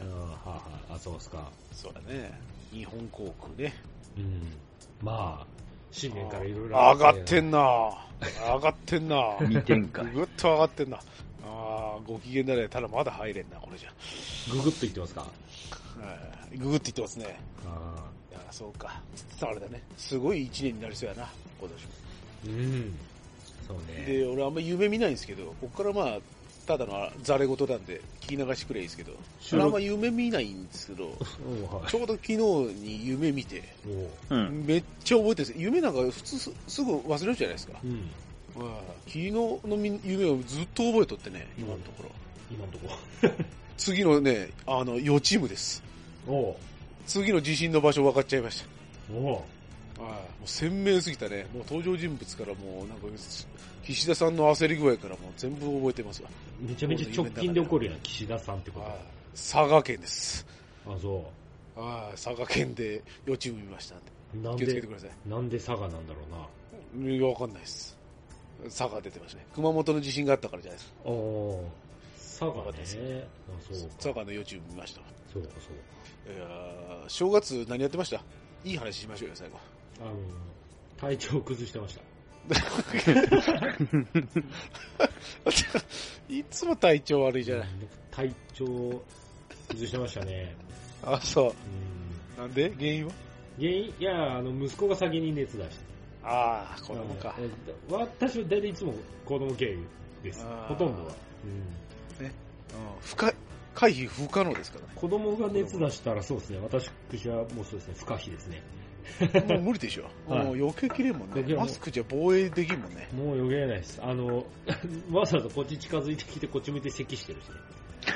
B: うん、はあ、はあ、あ、そうですか。
A: そうだね。日本航空ね。
B: うん。まあ、新年からいろいろ
A: 上がってんな上がってんな
C: 未展開。
A: ぐっと上がってんなああ、ご機嫌だね。ただまだ入れんな、これじゃ。
B: ググっといってますか。
A: はいググって言ってますね。
B: あ
A: いや、そうか。つつあれだね。すごい一年になりそうやな、今年も。
B: ーうん。そうね。
A: で、俺あんま夢見ないんですけど、こっからまあ、ただのざれ事なんで、聞き流してくれいいですけど、
B: 収
A: 俺あん
B: 録
A: ま夢見ないんですけど、
B: うん、はい
A: ちょうど昨日に夢見て、
B: おう
C: うん。
A: めっちゃ覚えてるんです夢なんか普通すすぐ忘れるじゃないですか。
B: うん。
A: 昨日のみ夢をずっと覚えとってね、今のところ。
B: 今のとこ。
A: 次のね、あの、予チームです。
B: おう
A: 次の地震の場所分かっちゃいまし
B: おう
A: た。はい。もう鮮明すぎたね。もう登場人物からもうなんか、岸田さんの焦り具合からもう全部覚えてますわ。
B: めちゃめちゃ直近で起こるやん、岸田さんってこと。
A: はい
B: あ、。
A: 佐賀県です。
B: そ
A: はい。佐賀県で予チーム見ましたんで。
B: う。なん
A: 気をつけ
B: で
A: てく、ださい。
B: なんで佐賀なんだろうな。
A: いや、わかんないです。佐賀出てましたね。熊本の地震があったからじゃないですか。
B: おー佐賀
A: 賀
B: ね。
A: です
B: あ、そうか。
A: 佐賀の予チーム見ました。
B: そうか、そうか。
A: いやー正月何やってましたいい話しましょうよ、最後。
B: あの、体調を崩してました。
A: いつも体調悪いじゃない。
B: 体調を崩してましたね。
A: あ、そ
B: うん
A: う。なんで原因は
B: 原因いや、あの、息子が先に熱出して。
A: ああ、子供か
B: あ。の。え私は大体いつも子供経由です
A: あ。ー
B: ほとんどは。
A: うん不可、回避不可能ですか
B: 子供が熱出したらそうですね。私はもうそうですね、不可避ですね。
A: らね。もう無理でしょ。
B: はい
A: もう余計切れんもん
B: 余計
A: ね。
B: もう
A: マスクじゃ防衛できんもんね。
B: もう余計ないです。あの、 わざわざこっち近づいてきてこっち向いて咳してるしね。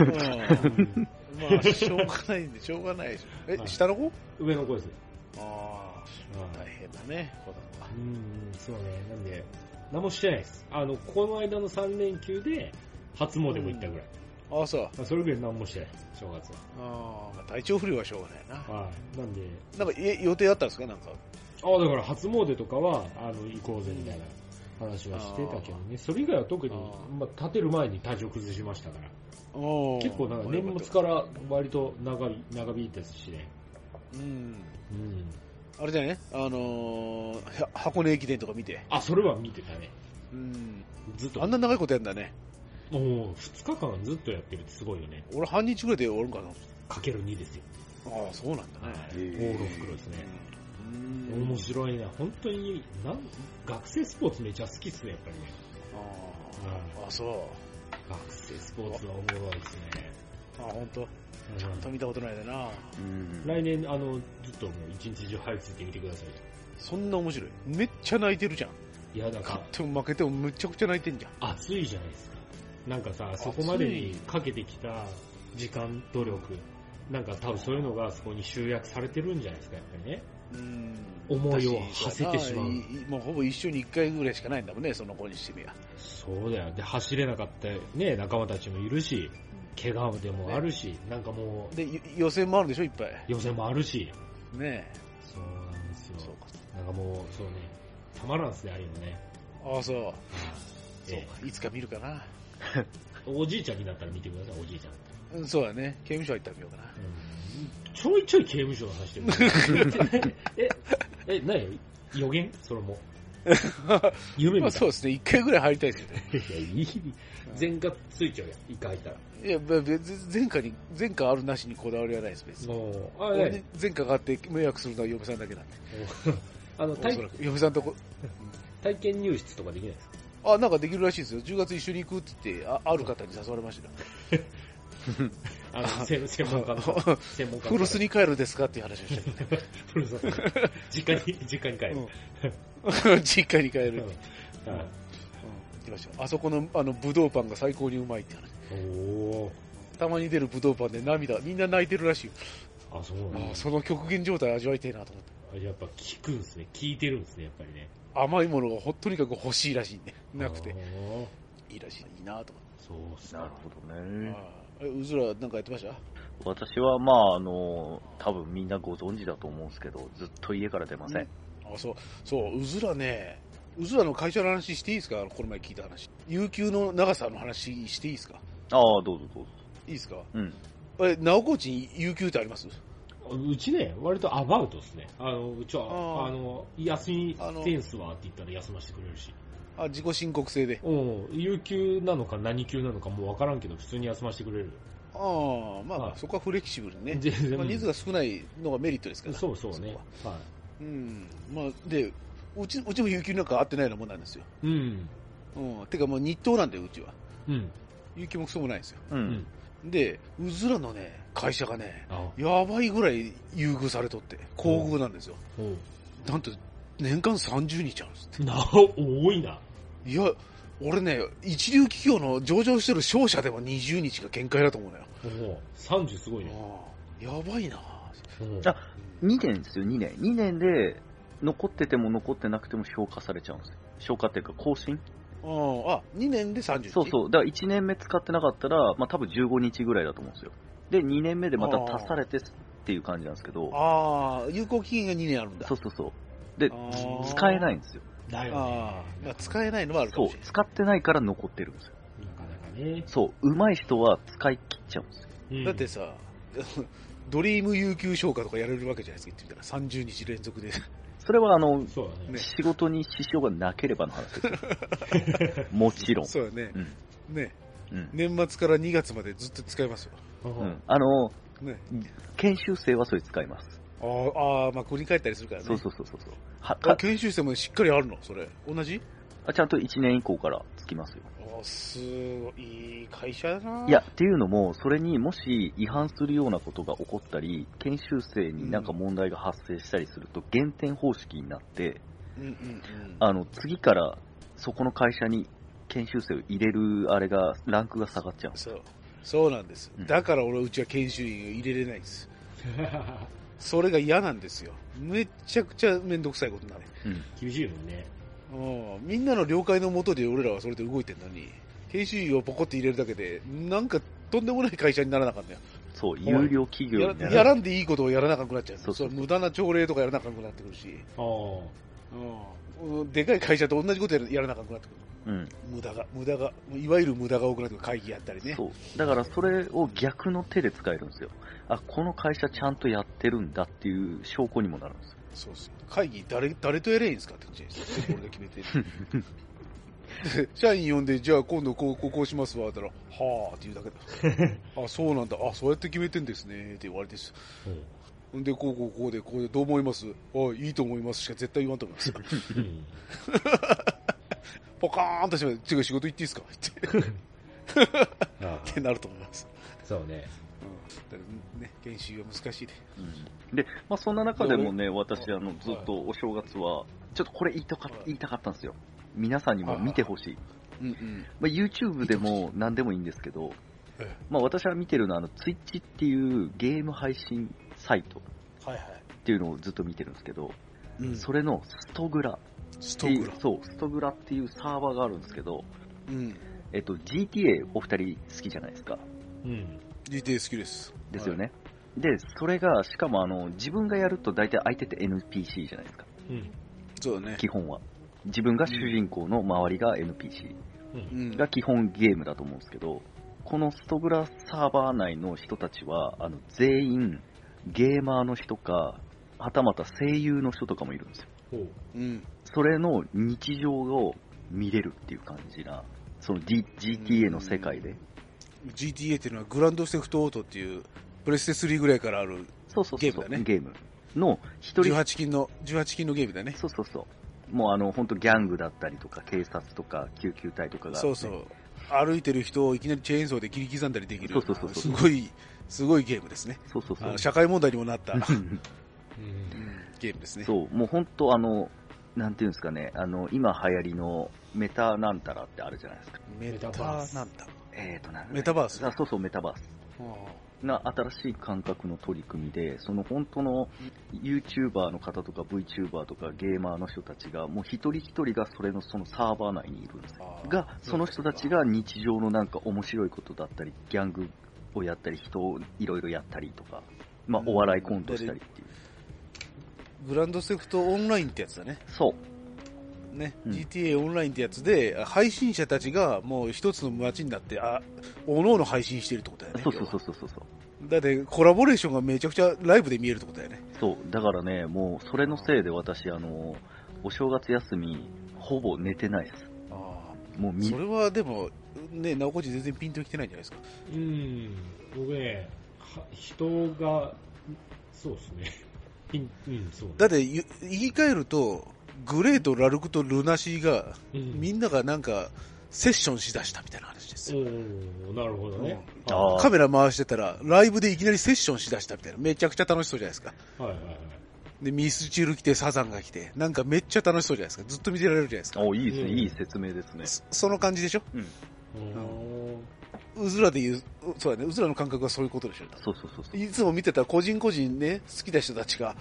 A: うん まあ、しょうがないんで、しょうがないでしょ。
B: は
A: え、
B: い
A: 下の子
B: 上の子ですね。
A: ああ、
B: は
A: 大
B: い
A: 変だね、子供は
B: う。ん、そうね。なんで、何もしてないです。あの、この間の3連休で初詣も行ったぐらい。
A: ああ、そう。
B: まあ、それぐらい何もしてない、正月
A: あーまあ、体調不良はしょうがないな。
B: は。はい。なんで、
A: なんか、え予定あったんですかなんか。
B: ああ、だから初詣とかは、あの、行こうぜみたいな話はしてたけどね。それ以外は特に
A: あー、
B: まあ、立てる前に体調崩しましたから。
A: 結
B: 結構なんか年末から割と長い、長引いたしね。
A: うん。
B: うん。
A: あれだよね、あのーは箱根駅伝とか見て。
B: あ、それは見てたね。
A: うん。
B: ずっと。
A: あんな長いことやんだね。
B: もう、2日間ずっとやってるってすごいよね。
A: 俺半日ぐらいで終わるんかな。
B: かける2ですよ。
A: ああ、そうなんだ
B: は
A: ね。
B: い。
C: へ
B: オ
C: え
B: ール袋ですね。
A: うん。うん
B: 面白いね。本当に、なん、学生スポーツめちゃ好きっすね、やっぱりね。
A: あーあ、そう。
B: 学生スポーツはおもろいですね。
A: あ、本当。
B: うん
A: ちゃんと見たことないだな。
C: うん
B: 来年、あの、ずっともう一日中張り付いてみてくださ
A: そんな面白い。めっちゃ泣いてるじゃん。
B: い。いや、だか
A: 勝っても負けてもむちゃくちゃ泣いてんじゃん。
B: ら、暑いじゃないですか。なんかさ、そこまでにかけてきた時間、努力、なんか多分そういうのがそこに集約されてるんじゃないですか、やっぱりね。
A: うん
B: 思いを馳せてしまう
A: だいいもうほぼ一緒に一回ぐらいしかないんだもんね、その子にしてみや。
B: そうだよ。で、走れなかったね、仲間たちもいるし、怪我でもあるし、なんかも
A: で、ゆ予選もあるんでしょ、いっぱい。
B: う、予選もあるし。
A: ね
B: そうなんです
A: え。そう
B: よ。
A: か。
B: なんかもう、そうね、たまらんっすね、あれもね。
A: ああ、そう。
B: え
A: そうか。いつか見るかな。
B: えおじいちゃんになったら見てください、おじいちゃん。
A: うん、そうだね。刑務所入ったら見ようかな。
B: ちょいちょい刑務所の話して る。え、え、なに予言それも。夢
A: まあ
B: みた
A: そう
B: い。
A: ですね。一回ぐらい入りたいですけ
B: いや、いい。前科ついちゃうやん、一回入ったら。
A: ど。いや、べ別前科に、前科あるなしにこだわりはないです、別に。
B: もう、あ
A: 俺
B: れ
A: に、前科があって迷惑するのは嫁さんだけなんで。
B: もう あの
A: おそ
B: 体
A: ら、く。嫁さんとこ、
B: 体験入室とかできないですか
A: あ、なんかできるらしいですよ。10月一緒に行くって言って、あある方に誘われましたよ。
B: あの、専専門家の、専門家の。
A: 古巣に帰るですかっていう話をして
B: 古巣。実家に、実家に帰る。うん
A: た。うん、実家に帰る。うん、言
B: はい
A: ってましたよあそこの、あの、ぶどうパンが最高にうまいって話。
B: おー。
A: たまに出るぶどうパンで涙、みんな泣いてるらしいよ。
B: あ、そうなんだ
A: ああその極限状態味わいたいなと思って。
B: あやっぱ聞くんですね。聞いてるんですね、やっぱりね。
A: 甘いものがほとにかく欲しいらしいんで、なくて
B: あ。ー
A: いいらしい。いいなと思って。
B: そうっすね
C: なるほどね。
A: ああえ、うずらなんかやってました
C: 私は、まあ、あの、多分みんなご存知だと思うんですけど、ずっと家から出ません。
A: あそう、そう、うずらね、うずらの会社の話していいですかあのこの前聞いた話。有給の長さの話していいですか
C: ああ、どうぞどうぞ。
A: いいですか
C: うん。
A: え、直コーチに有給ってあります
B: うちね、割とアバウトですね。あの、うち
A: あ
B: は、
A: ー
B: あの、休み
A: あの
B: センスはって言ったら休ませてくれるし。
A: あ、自己申告制で。
B: うん、有給なのか何級なのかもうわからんけど、普通に休ませてくれる。
A: ああ、まあ、
B: はい
A: そこはフレキシブルにね。
B: 全然
A: まあ、人数が少ないのがメリットですから。
B: そうそうね
A: こは。
B: は
A: うん。まあ、で、うち、うちも有給なんか合ってないようなもんなんですよ。
B: い。うん、
A: うん。てかもう日当なんだよ、うちは。
B: うん、
A: 有給もクソもないんですよ。
C: う
B: うんん。。
A: で、うずらのね、会社がね、
B: あ、
A: やばいぐらい優遇されとって、厚遇なんですよ。
B: おう
A: なんと、年間30日あるんですって。
B: な、 多いな。
A: いや、俺ね、一流企業の上場してる商社でも20日が限界だと思うのよ。
B: おう30すごいね。
A: ああやばいな
B: うん
C: あ2年ですよ、2年。2年で、残ってても残ってなくても消化されちゃうんですよ。消化っていうか更新
A: ああ、2年で30日。
C: そう
A: う。
C: そう。だから1年目使ってなかったら、まあ多分15日ぐらいだと思うんですよ。で、2年目でまた足されてっていう感じなんですけど、
A: ああ、有効期限が2年あるんだ。
C: そうそうそう。で、
A: あー
C: 使えないんですよ。
B: だよ
A: ああ、
B: ね
A: まあ、。使えないのはあるか
C: そ
A: も
C: う
A: しれ。ない。
C: 使ってないから残ってるんですよ。
B: なかなかね。
C: そう。上手い人は使い切っちゃうんですよ。
B: うん
A: だって、さ、 ドリーム有給消化とかやれるわけじゃないですか、言ってみたら。30日連続で。
C: それはあの、
B: そうだね。
A: ね
C: 仕事に支障がなければの話ですよ。 もちろん。
A: そうだね。ね。
C: うん。
A: 年末から2月までずっと使えますよ。
B: うん
C: うん。あの、
A: ね。
C: 研修生はそれ使います。
A: ああああ、まあ、繰り返ったりするからね。
C: そうそうそうそうそう。は、
A: あ
C: か
A: 研修生もしっかりあるのそれ。同じ
C: あちゃんと1年以降からつきますよ。
A: おすごい、いい会社だない
C: いや、、っていうのも、それにもし違反するようなことが起こったり、研修生になんか問題が発生したりすると、減点方式になって、
A: うんうんうん。
C: あの、次からそこの会社に研修生を入れるあれが、ランクが下がっちゃうんです。
A: そう。そうなんです
C: う。ん
A: だから俺、うちは研修員を入れれないです。それが嫌なんですよ。めっちゃくちゃめんどくさいことになる。
C: うん。
B: 厳しいもんね。
A: うん。みんなの了解のもとで俺らはそれで動いてんのに、研修員をポコって入れるだけで、なんかとんでもない会社にならなかったよ。
C: そう、有料企業
A: や
C: にな
A: ら
C: る
A: やらんでいいことをやらなかくなっちゃう。
C: そうそうそう
A: 無駄な朝礼とかやらなかくなってくるし、
B: ああ。
A: うん。でかい会社と同じことやらやらなかくなってくる。
C: うん。
A: 無駄が、無駄が、いわゆる無駄が多くなってくる会議やったりね。
C: そう。だからそれを逆の手で使えるんですよ。あ、この会社ちゃんとやってるんだっていう証拠にもなるんですよ。
A: そうっす。会議誰、誰とやればいいんですかって感じです。全部俺が決めて。で社員呼んで、じゃあ今度こう、こうこうしますわ、って言ったら、はぁって言うだけだ。あ、そうなんだ。あ、そうやって決めてんですね。って言われてです。んで、こうこうこうで、こうで、どう思いますあ、いいと思いますしか絶対言わんと思います。
B: うん
A: ポカーンとしても、違う仕事行っていいですかって
B: あ
A: ってなると思います。
B: あそうね。
A: うん。だからね、研修は難しいで。
C: うんで、まあ、そんな中でもね、私、あの、ずっとお正月は、ちょっとこれ言いたか
A: はい
C: 言いたかったんですよ。皆さんにも見てほしい。
A: うんうん。
C: まあ、YouTube でも何でもいいんですけど
A: ええ、
C: まあ、私は見てるのは、あの、Twitch っていうゲーム配信サイトっ
A: はいはい。
C: ていうのをずっと見てるんですけど、
A: うん、
C: それのストグラっ
A: スト
C: てい
A: ー
C: う
A: クラ、。
C: そう、ストグラっていうサーバーがあるんですけど、
A: うん。
C: えっと、GTA お二人好きじゃないですか。
B: うん。
A: GTA 好きです。
C: ですよね。で、それが、しかもあの、自分がやると大体相手って NPC じゃないですか、
B: うん。
A: そうだね。
C: 基本は。自分が主人公の周りが NPC
B: うん
A: うん。
C: が基本ゲームだと思うんですけど、このストグラサーバー内の人たちは、あの、全員、ゲーマーの人か、はたまた声優の人とかもいるんですよ。
B: ほう。
A: うん。
C: それの日常を見れるっていう感じな、その、G、GTA の世界で。
A: GTA っていうのはグランドセフトオートっていう、プレステ3ぐらいからある
C: そうそうそうそう、
A: ゲームだね
C: ゲームの一人
A: 18金の、18金のゲームだね。
C: そうそうそう。もうあの、本当ギャングだったりとか、警察とか、救急隊とかが、
A: そうそう。歩いてる人をいきなりチェーンソーで切り刻んだりできるような。
C: そうそうそうそう
A: すごい、すごいゲームですね。
C: そうそうそ
A: あ
C: う
A: の。社会問題にもなった、うん
B: うん。
A: ゲームですね。
C: そう、もう本当あの、なんていうんですかね、あの、今流行りのメタなんたらってあるじゃないですか。
A: メタバースなんだ。
C: えーとなん
A: メタバース
C: あそうそう、メタバース。な新しい感覚の取り組みで、その本当の YouTuber の方とか VTuber とかゲーマーの人たちが、もう一人一人がそれのそのサーバー内にいるんです
A: あー
C: が、その人たち、が日常のなんか面白いことだったり、ギャングをやったり、人をいろいろやったりとか、まあ
A: う、ん
C: お笑いコントしたりっていう。
A: グランドセフトオンラインってやつだね。
C: そう。
A: ね。
C: うん
A: GTA オンラインってやつで、配信者たちがもう一つの街になって、あ、おのおの配信してるってことだよね。
C: そうそう
A: 要
C: そう
A: は
C: そうそう。
A: だってコラボレーションがめちゃくちゃライブで見えるってことだよね。
C: そう。だからね、もう、それのせいで私、あの、お正月休み、ほぼ寝てないです。
A: あ
C: もう
A: あ。
C: み
A: そ、れはでも、ね、なおこち全然ピンときてないんじゃないですか。
B: うん。僕ね、は人が、そうですね。ピンうん、そうね。
A: だってゆ言い換えるとグレーとラルクとルナシーが
B: うん
A: みんながなんかセッションしだしたみたいな話ですよ、
B: おーなるほどね。
C: うん
B: は
C: あー
A: カメラ回してたらライブでいきなりセッションしだしたみたいなめちゃくちゃ楽しそうじゃないですか
B: いはいはい。
A: でミスチル来てサザンが来てなんかめっちゃ楽しそうじゃないですかずっと見てられるじゃないですか
C: お、いいですね、
B: うん
C: いい説明ですね。
A: そその感じでしょ
B: おー
A: うずらで言ううそうだねうずらの感覚はそういうことでしょ
C: そうそうそうそう。
A: いつも見てた個人個人ね好きな人たちが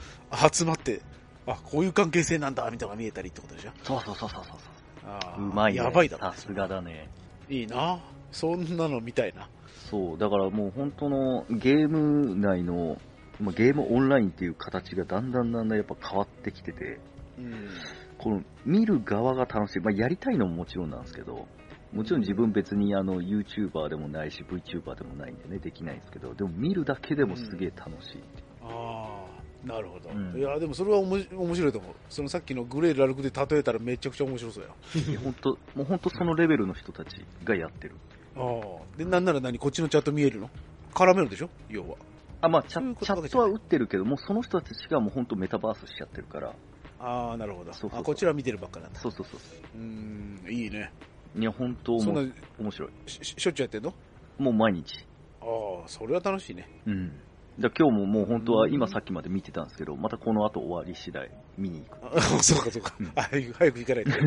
A: 集まってあこういう関係性なんだみたいなのが見えたりってことでしょ
C: そうそうそうそうそう
A: あ
C: そう。
A: ー
C: うまいね。
A: やばいだろ
C: さすがだね。
A: いいなそんなの見たいな
C: そう、だからもう本当のゲーム内の、まあ、ゲームオンラインっていう形がだんだんだんだんやっぱ変わってきてて、
A: うん
C: この見る側が楽しい、まあ、やりたいのももちろんなんですけど、もちろん自分別にあの YouTuber でもないし VTuber でもないんでね、できないんですけど、でも見るだけでもすげえ楽しい。
A: ああなるほど、
C: うん
A: いやでもそれはおもし面白いと思うそのさっきのグレーラルクで例えたらめちゃくちゃ面白そうや
C: いや本当もう本当そのレベルの人たちがやってる。
A: ああでなんなら何こっちのチャット見えるの絡めるでしょ要は
C: あ、まあチ
A: そういう
C: ャ
A: こと
C: チャットは打ってるけど、もうその人たちがもう本当メタバースしちゃってるから、
A: ああなるほど
C: そうそうそう
A: あこちら見てるばっかなんだ
C: そうそうそう
A: ーんいいね
C: う。いや、本当
A: そんな
C: もう面白い。
A: しししょっちゅうやってんの
C: もう毎日。
A: ああそれは楽しいね
C: うん。だから今日ももう本当は
A: うん
C: 今さっきまで見てたんですけど、またこの後終わり次第見に行く。
A: あ そうかそうか、
C: うん
A: あ早く早く行かない と、
C: い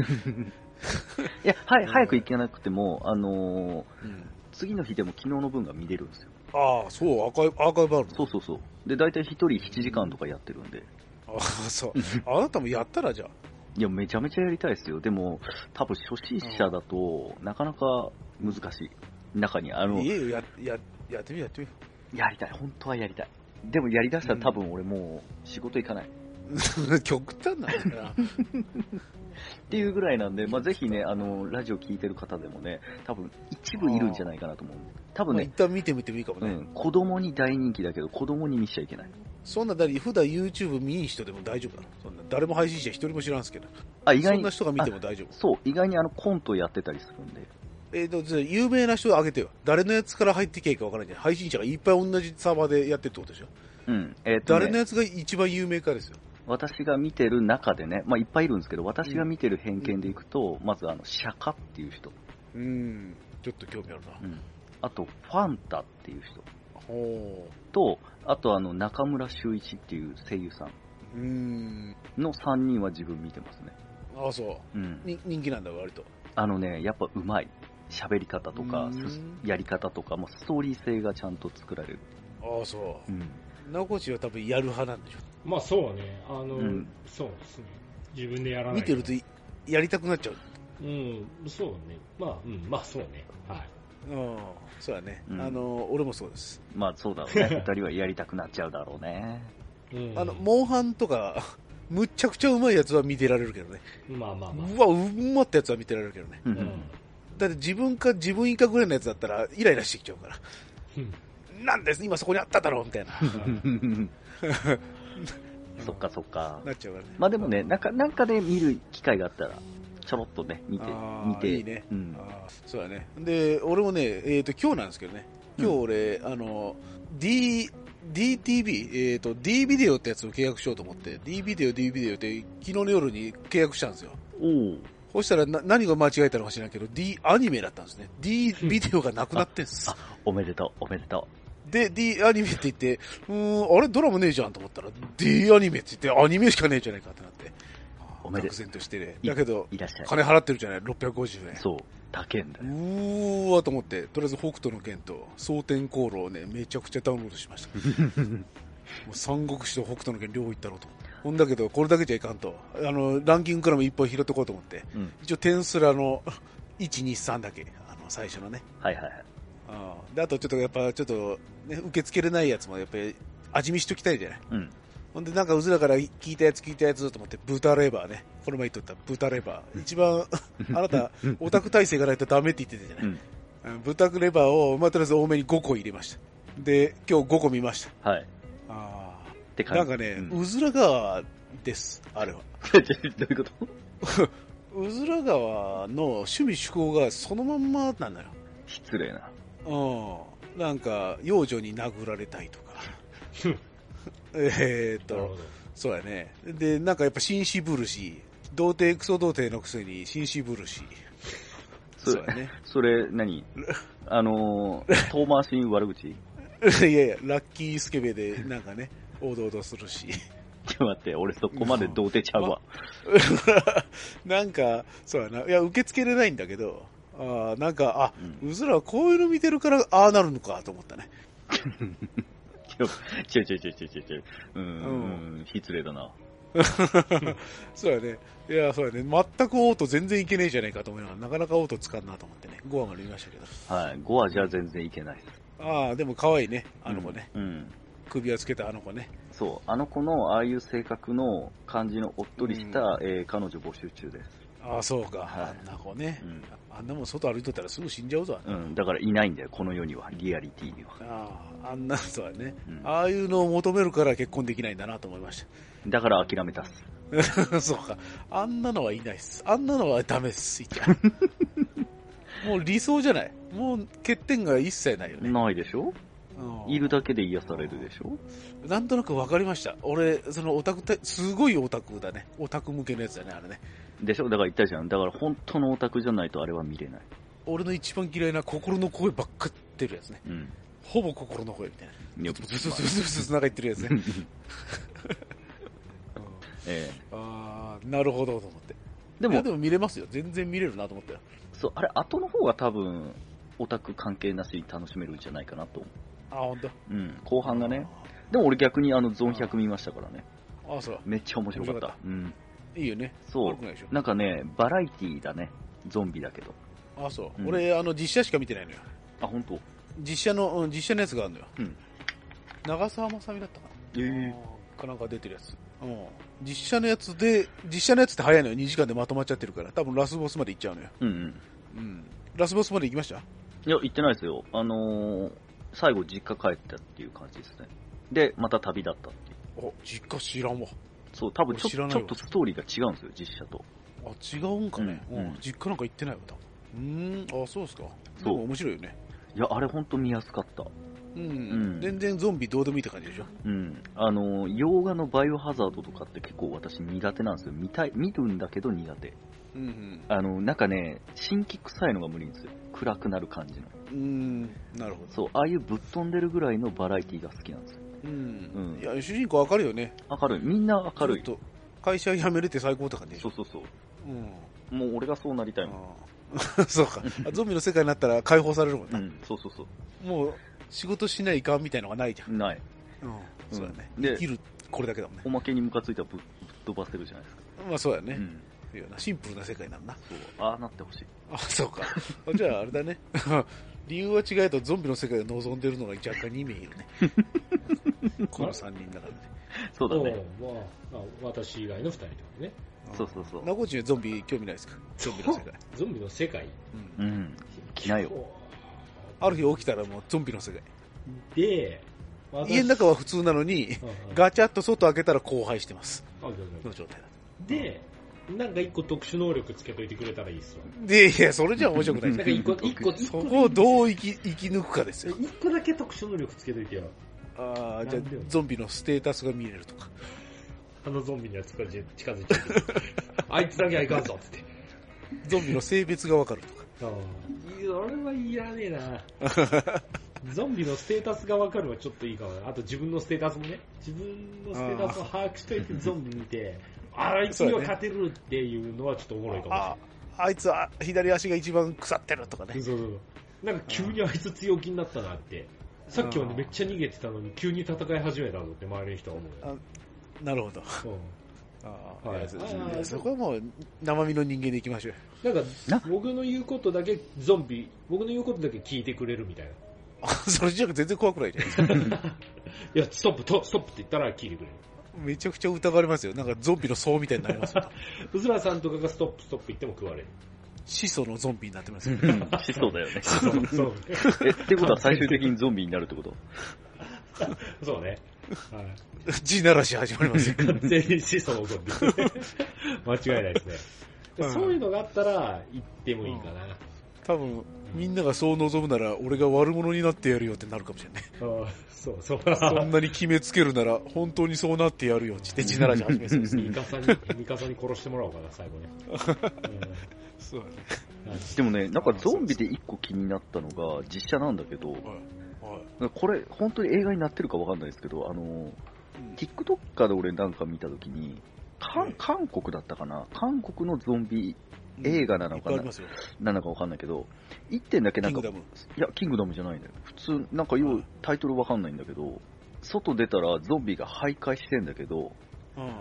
C: や、はい、
A: うん
C: 早く行けなくても、あのー
A: うん
C: 次の日でも昨日の分が見れるんですよ。
A: ああそうアーカイブアーカイブあるの
C: そうそうそう。で、大体一人7時間とかやってるんで、
A: ああそうあなたもやったらじゃあ
C: いや、めちゃめちゃやりたいですよ。でも、多分初心者だと、なかなか難しい。中に、あの、
A: いえよやややってみようやってみよ
C: やりたい。本当はやりたい。でもや りだしたら多分俺もう仕事行かない。
A: う極端なんだよな
C: っていうぐらいなんで、まあ、ぜひね、あの、ラジオ聞いてる方でもね、多分一部いるんじゃないかなと思う。多分
A: まあ、一
C: ね、
A: 旦見てみてもいいかも
C: う
A: ね。
C: ん、子供に大人気だけど、子供に見しちゃいけない。
A: そんな、だり普段 YouTube 見ん人でも大丈夫だろ。そんな、誰も配信者一人も知らんすけど。
C: あ、意
A: そ
C: 外
A: んな
C: に、
A: 人が見ても大丈夫。
C: そう、意外にあの、コントやってたりするんで。
A: えっ、と、じゃあ有名な人あげてよ。誰のやつから入ってけいかわからないじゃん。配信者がいっぱい同じサーバーでやってるってことでしょ。
C: うん。えっとね
A: 誰のやつが一番有名かですよ。
C: 私が見てる中でね、まあ、いっぱいいるんですけど、私が見てる偏見でいくと、まずあの、釈迦っていう人、
A: うん。ちょっと興味あるな。
C: あと、ファンタっていう人
A: ほ
C: と、あとあの、中村修一っていう声優さん
A: う。うん。
C: の3人は自分見てますね。
A: ああ、そう。
C: うん。
A: に人気なんだ、割と。
C: あのね、やっぱうまい。喋り方と
A: う
C: か、
A: ん
C: すやり方とか、もうストーリー性がちゃんと作られる。
A: ああ、そう
C: う。ん。
A: 名越は多分やる派なんでしょ。
B: まあそうね、あの、
C: うん
B: そうですね。自分でやらな
A: 見
B: いと
A: てるといやりたくなっちゃう。
B: うん、そうね。まあ、うん、まあそうね。はい。
A: うん。そうだね。
C: うん
A: あの、俺もそうです。
C: まあそうだろう ね。二人はやりたくなっちゃうだろうね。
B: うん
A: あの、モンハンとか、 むっちゃくちゃうまいやつは見てられるけどね。
B: まあまあまあ。
A: うわ、うまってやつは見てられるけどね。
C: う
B: うん
C: ん。
A: だって自分か自分以下ぐらいのやつだったらイライラしてきちゃうから。
B: うん
A: なんです今そこにあっただろうみたいな。
C: そっかそっか。
A: なっちゃうからね。
C: まあでもね、なんか、なんかで見る機会があったら、ちょろっとね、見て、
A: あー
C: 見て。
A: いいね
C: うん。
A: あーそうだね。で、俺もね、えっ、と、今日なんですけどね。今日俺、あの、D、DTV、えっ、と、D ビデオってやつを契約しようと思って、D ビデオ、D ビデオって昨日の夜に契約したんですよ。
C: おお。
A: そしたらな何が間違えたのか知らんけど、D アニメだったんですね。D ビデオがなくなってんす
C: あ。おめでとう、おめでと
A: で、D アニメって言って、うーん、あれドラマねえじゃんと思ったら、D アニメって言って、アニメしかねえじゃないかってなって。
C: おめで
A: 愕然としてね。
C: い
A: だけど
C: う。、いらっしゃい。
A: 金払ってるじゃない、650円。
C: そう、高えんだ
A: う
C: よ。
A: ーわと思って、とりあえず北斗の剣と、蒼天航路をね、めちゃくちゃダウンロードしました。もう三国志と北斗の剣両方行ったろうと。ほんだけど、これだけじゃいかんと。あの、ランキングからも一本拾ってこうと思って。
C: うん。
A: 一応、テンスラの1、2、3だけ。あの、最初のね。
C: はいはいはい。
A: あで、あとちょっとやっぱ、ちょっと、ね、受け付けれないやつも、やっぱり、味見しときたいじゃない。
C: うん。
A: ほんで、なんかうずらから聞いたやつ聞いたやつと思って、豚レバーね。この前言っとった豚レバー。一番、あなた、オタク体制がないとダメって言ってたじゃない。
C: うん。
A: うん豚レバーを、まあ、とりあえず多めに5個入れました。で、今日5個見ました。
C: はい。っ
A: あ
C: て
A: あ。
C: 感じ。
A: なんかね、
C: うん
A: うずら川です、あれは。
C: どういうこと
A: うずら川の趣味趣向がそのまんまなんだ
C: 失礼な。
A: よ。うん。なんか、幼女に殴られたいとか。 えーっ
B: なる
A: と
B: ほ、ど。
A: そうやね。で、なんかやっぱ紳士ぶるし、童貞クソ童貞のくせに紳士ぶるし。
C: そ
A: そう
C: れ
A: や、ね。
C: それ 何、あのー、遠回しに悪口 ち
A: いやいや、ラッキースケベで、なんかね、おどおどするし。
C: ょっと待って、俺そこまで童貞ちゃうわ。
A: なんか、そうやな。いや、受け付けれないんだけど、あーなんか、あ、
C: うん。
A: うずらはこういうの見てるから、ああなるのかと思ったね。
C: ちょいちょいちょいちょいちょいちょい。うん、うん、失礼だな。
A: そうやね。いや、そうやね。全くオート全然いけねえじゃないかと思いながら、なかなかオート使うなと思ってね。5話まで見ましたけど。
C: はい。5はじゃあ全然いけないです。
A: ああ、でも可愛いね。あの子ね。。
C: うん。
A: 首輪つけたあの子ね。
C: そう、あの子のああいう性格の感じのおっとりした、えー彼女募集中です。
A: ああ、そうか。
C: はい
A: あんな子ね
C: う。ん
A: あんなもん外歩いとったらすぐ死んじゃうぞ。あんな
C: うん、だからいないんだよ、この世には、リアリティには。
A: ああ、あんな、そうやね。
C: うん
A: ああいうのを求めるから結婚できないんだなと思いまし
C: だから諦めたっす。
A: た。そうか。あんなのはいないっす。あんなのはダメっす、いっちゃんもう理想じゃない。もう欠点が一切ないよね。
C: ないでしょ
A: うん
C: いるだけで癒されるでしょ
A: なんとなく分かりました。俺、そのオタクって、すごいオタクだね。オタク向けのやつだね、あれね。
C: でしょだから言ったじゃん。だから本当のオタクじゃないとあれは見れない。
A: 俺の一番嫌いな心の声ばっかってるやつね。
C: うん。
A: ほぼ心の声みたいな。
C: よ
A: ブツブツブツブツブツなんか言ってるやつね。
C: え
A: ああ、なるほどと思って。
C: ーで
A: いや
C: も
A: で、も見れますよ。全然見れるなと思ったよ。
C: そう、あれ、後の方が多分、オタク関係なしに楽しめるんじゃないかなと思
A: あ、ほんと。
C: う。うん、後半がね。でも俺逆にあの、ゾーン100見ましたからね。
A: ああ、そう。
C: めっちゃ面白かった。
A: 面白か
C: うん。
A: いいよね。
C: そう
A: 悪くないでしょ。
C: なんかね、バラエティーだね。ゾンビだけど。
A: ああ、そう。
C: うん
A: 俺、あの、実写しか見てないのよ。
C: あ、本当。
A: 実写の、うん、実写のやつがあるのよ。
C: うん
A: 長澤まさみだったかな。
C: ええ
A: あーかなんか出てるやつ。うん実写のやつで、実写のやつって早いのよ。2時間でまとまっちゃってるから。多分ラスボスまで行っちゃうのよ。
C: うんうん。
A: うん。ラスボスまで行きました
C: いや、行ってないですよ。あのー最後実家帰ったっていう感じですね。で、また旅だったっていう。
A: あ、実家知らんわ。
C: そう、多分ちょ
A: 知らない
C: ち
A: わ
C: ょっとストーリーが違うんですよ、実写と。
A: あ、違うんかね。
C: う
A: うんん。
C: うん
A: 実家なんか行ってないわ、多分。うーん、あ、そうですか。
C: そう
A: でも面白いよね。
C: いや、あれほんと見やすかった。
A: うん。
C: ん
A: 全然ゾンビどうでもいいって感じでしょ。
C: うん。あのー洋画のバイオハザードとかって結構私苦手なんですよ。見たい、見るんだけど苦手。
A: うん、
C: あのーなんかね、新規臭いのが無理ですよ。暗くなる感じの。
A: うん。うん、なるほど。
C: そう、ああいうぶっ飛んでるぐらいのバラエティが好きなんですよ。
A: うん
C: う。ん
A: いや、主人公明るいよね。
C: 明るい。みんな明るい
A: ち。ょっと、会社辞めれて最高って感じでし
C: そう
A: ょ。
C: そうそう。
A: うん。
C: もう俺がそうなりたいもん。
A: あー そうか。あゾンビの世界になったら解放されるもん
C: う
A: な。
C: ん、そうそうそ
A: もう、仕事しないかんみたいのがないじゃん
C: う。。ない。
A: うん、そうだね。
C: で
A: 生きる、これだけだもんね
C: お。まけにムカついたらぶぶっ飛ばせるじゃないですか。
A: まあそうだ
C: う
A: ね。
C: ん。
A: いいよなシンプルな世界なんだな。
C: そう、ああなってほしい。
A: あ、そうか。 あじゃああれだね。 理由は違えとゾンビの世界を望んでるのが若干2名いるね。 この3人だからね。
C: そうだね。
B: おうまああ私以外の二人ってことね。
C: そうそうそう
A: なごちにゾンビ興味ないですかゾンビの 世界。
B: ゾンビの世界
A: うん
C: うん。着ないよ。
A: ある日起きたらもうゾンビの世界。
B: で、私
A: 家の中は普通なのに、
B: うんうん
A: ガチャッと外開けたら荒廃してます。
B: あごめんごめん
A: の状態だ。
B: で、なんか一個特殊能力つけといてくれたらいいっすわ。
A: で、いや、それじゃ面白くない
B: なん
A: じ
B: か一個、一 個、
A: ゃん。そ
B: 一
A: こを
B: 個だ
A: どう生き、生き抜くかです
B: け、
A: よ。
B: 一個だけ特殊能力つけといてよ。
A: ああ、じゃあゾンビのステータスが見れるとか。
B: あのゾンビのやつからじ近づいてきて。あいつだけはいかんぞって。
A: ゾンビの性別がわかるとか。
B: ああ、俺はいらねえな。 ゾンビのステータスがわかるはちょっといいかもな。あと自分のステータスもね。自分のステータスを把握しといてゾンビ見て、ああいつには勝てるっていうのはちょっとおもろいかもしれない
A: あ。あいつは左足が一番腐ってるとかね。
B: そうそうそうなんか急にあいつ強気になったなって。さっきまでめっちゃ逃げてたのに急に戦い始めたぞって周りの人は思うよ。
A: なるほど。
B: う
A: あ
B: はい
A: いやそ
B: ああ
A: そこはもう生身の人間でいきましょうよ。
B: ん、なんか
C: な
B: 僕の言うことだけゾンビ、僕の言うことだけ聞いてくれるみたいな。い
A: あ それじゃ全然怖くないじゃないですか。
B: や、ストップ、とストップって言ったら聞いてくれる。
A: めちゃくちゃ疑われますよ。なんかゾンビの層みたいになります よ。
B: うずらさんとかがストップ、ストップ言っても食われる。
A: 始祖のゾンビになってますよ。
C: うん、しそうだよね。
B: そうそう
C: え、ってことは最終的にゾンビになるってこと
B: そうね。はい
A: 地ならし始まりますよ。
B: 完全に子孫のゾンビ。間違いないですね。で
A: うん
B: そういうのがあったら行ってもいいかな。
A: 多分、みんながそう望むなら、俺が悪者になってやるよってなるかもしれない。
B: ああそうそう。
A: そんなに決めつけるなら、本当にそうなってやるよって言って地ならし始めそうですね。
B: ミカさんに、ミカさんに殺してもらおうかな、最後ね。
A: そうだね。
B: うん
C: でもね、なんかゾンビで一個気になったのが実写なんだけど、
A: はい。はい。
C: これ本当に映画になってるかわかんないですけど、あの、
A: うん
C: TikToker で俺なんか見たときに、韓
A: ええ
C: 韓国だったかな韓国のゾンビ映画なのか
A: っぱ
C: ない
A: いありますよ。
C: なのかわかんないけど、一点だけな
A: キ
C: ん
A: ン
C: か
A: グダム。
C: いや、キングダムじゃないんだよ。普通、なんかようタイトルわかんないんだけど、外出たらゾンビが徘徊してんだけど、
A: うん。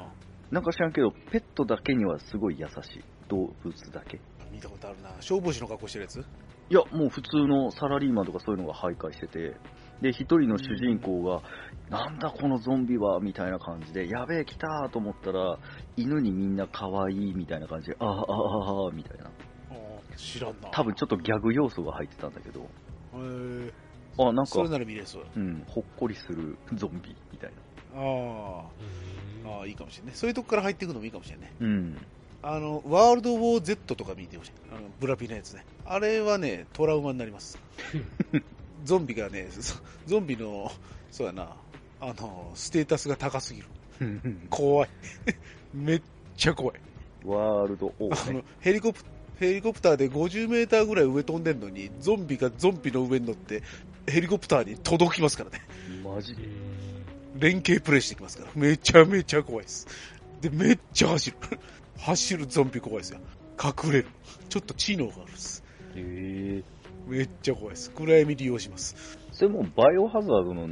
C: なんか知らんけど、ペットだけにはすごい優しい。動物だけ。い
A: 見たことあるな消防士の格好してるやつ
C: や、もう普通のサラリーマンとかそういうのが徘徊してて、で、一人の主人公が、なんだこのゾンビは、みたいな感じで、やべえ、来たーと思ったら、犬にみんな可愛い、みたいな感じで、あーあーあーあーみたいな。
A: 知らんな
C: 多分ちょっとギャグ要素が入ってたんだけど、
A: へー
C: あ、なん
A: それ
C: か、
A: なら見れそう
C: うん、ほっこりするゾンビ、みたいな。
A: あ
B: うん
A: あああいいかもしれないそういうとこから入っていくのもいいかもしれない
C: うん。
A: あのワールドウォー Z とか見てほしいあのブラピのやつねあれはねトラウマになります ゾンビがねそゾンビのそうやなあのステータスが高すぎる怖い めっちゃ怖い
C: ワールドオ
A: あ
C: ーね
A: のヘリコプヘリコプターで50メーターぐらい上飛んでんのに、ゾンビがゾンビの上に乗って、ヘリコプターに届きますからね。
C: マジで。
A: 連携プレイしてきますから。めちゃめちゃ怖いです。で、めっちゃ走る。 走るゾンビ怖いですよ。隠れる。ちょっと知能があるです。
C: え
A: めっちゃ怖いです。暗闇利用します。
C: それもうバイオハザードの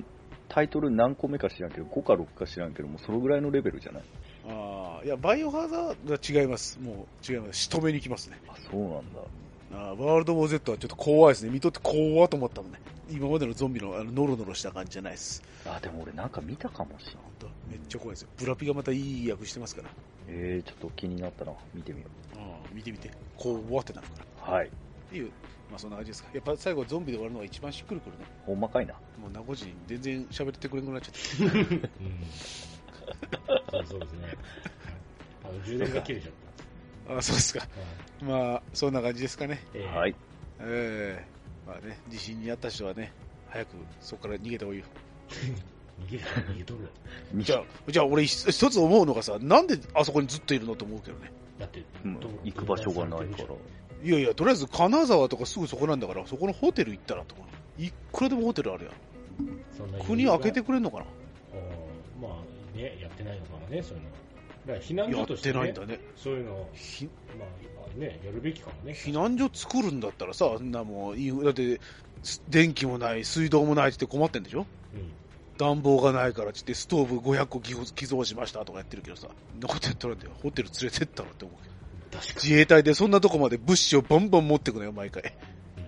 C: タイトル何個目か知らんけど、5か6か知らんけど、もうそのぐらいのレベルじゃない
A: ああ、いや、バイオハザードは違います。もう違います。仕留めに行きますね。
C: あ、そうなんだ。
A: あーワールドウォー Z はちょっと怖いですね。見とって怖っと思ったもんね。今までのゾンビのあのノロノロした感じじゃないです
C: あ、でも俺なんか見たかもしれん。
A: 本当めっちゃ怖いですよブラピがまたいい役してますから
C: えー、ちょっと気になったな。見てみよ
A: うん見てみて怖ってなるからっ
C: う。はい。
A: ていうまあそんな感じですかやっぱ最後ゾンビで終わるのが一番しっくりくるね
C: ほんまかいな。
A: もう名護人全然喋ってくれなくなっちゃって
B: うん。そうですね。あの、充電が切れちゃっ
A: あそうですか
B: た。はい
A: まあそんな感じですかね
B: えー
C: はい。
A: ええまあね地震にあった人はね早くそこから逃げた方がいいよ
B: 逃げる、逃げとるわ。
A: じゃあじゃあ俺一一つ思うのがさなんであそこにずっといるのと思うけどね
B: だって、
C: うん
B: 道路
C: 行く場所がないから。
A: いやいやとりあえず金沢とかすぐそこなんだからそこのホテル行ったらとかいくらでもホテルあるやん
B: そんな余
A: 国
B: 裕が
A: 開けてくれんのかな
B: うんまあね、やってないのからね、そういうの。だから避難
A: や
B: 所
A: っ
B: として、
A: て
B: ね、
A: ないんだね
B: そういうのを、
A: ひ
B: まあね、やるべきかもね。
A: 避難所作るんだったらさあんなもうインフだってす電気もない水道もないって困ってんでしょ
B: うん。
A: 暖房がないからっつってストーブ500個寄付寄贈しましたとかやってるけどさそんなことやったらねホテル連れてったらって思うけど
B: 確か
A: 自衛隊でそんなとこまで物資をバンバン持ってくのよ毎回
B: に。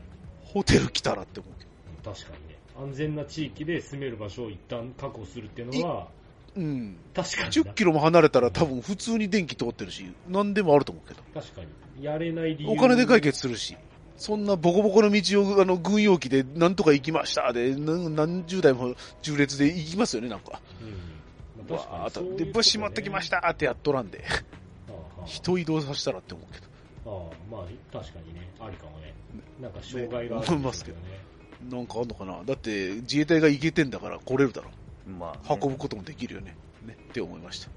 A: ホテル来たらって思うけど
B: うん確かにね。安全な地域で住める場所を一旦確保するっていうのは、
A: うん
B: 確かに
A: 1 0
B: な。
A: キロも離れたら多分普通に電気通ってるし何でもあると思うけど
B: 確かに。やれない理由
A: お金で解決するし、そんなボコボコの道をあの軍用機でなんとか行きましたで、なん何十台も縦列で行きますよね、なんか。
B: うん。まあ、確か
A: わー
B: に
A: っと
B: そういうことね。
A: で、物資持ってきましたってやっとらんで、
B: ああ。ああ
A: 人移動させたらって思うけ
B: ああまあ、確かにね、ありかもね。なんか障害があ
A: ね
B: る
A: 思い
B: んで
A: ます
B: す
A: け
B: よ
A: ど
B: ね。
A: ど、なんかあんのかな、だって自衛隊が行けてんだから来れるだろ、
C: まあ、
A: 運ぶこともできるよね、ねって思いまし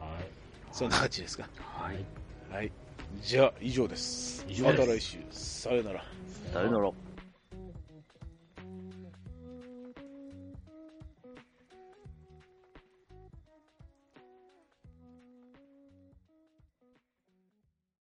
A: た。
B: はい。
A: そんな感じですか。
C: はい。
A: はい。じゃあ、以上です。
B: 以上です
A: また来週、さよなら。
C: 誰だろう。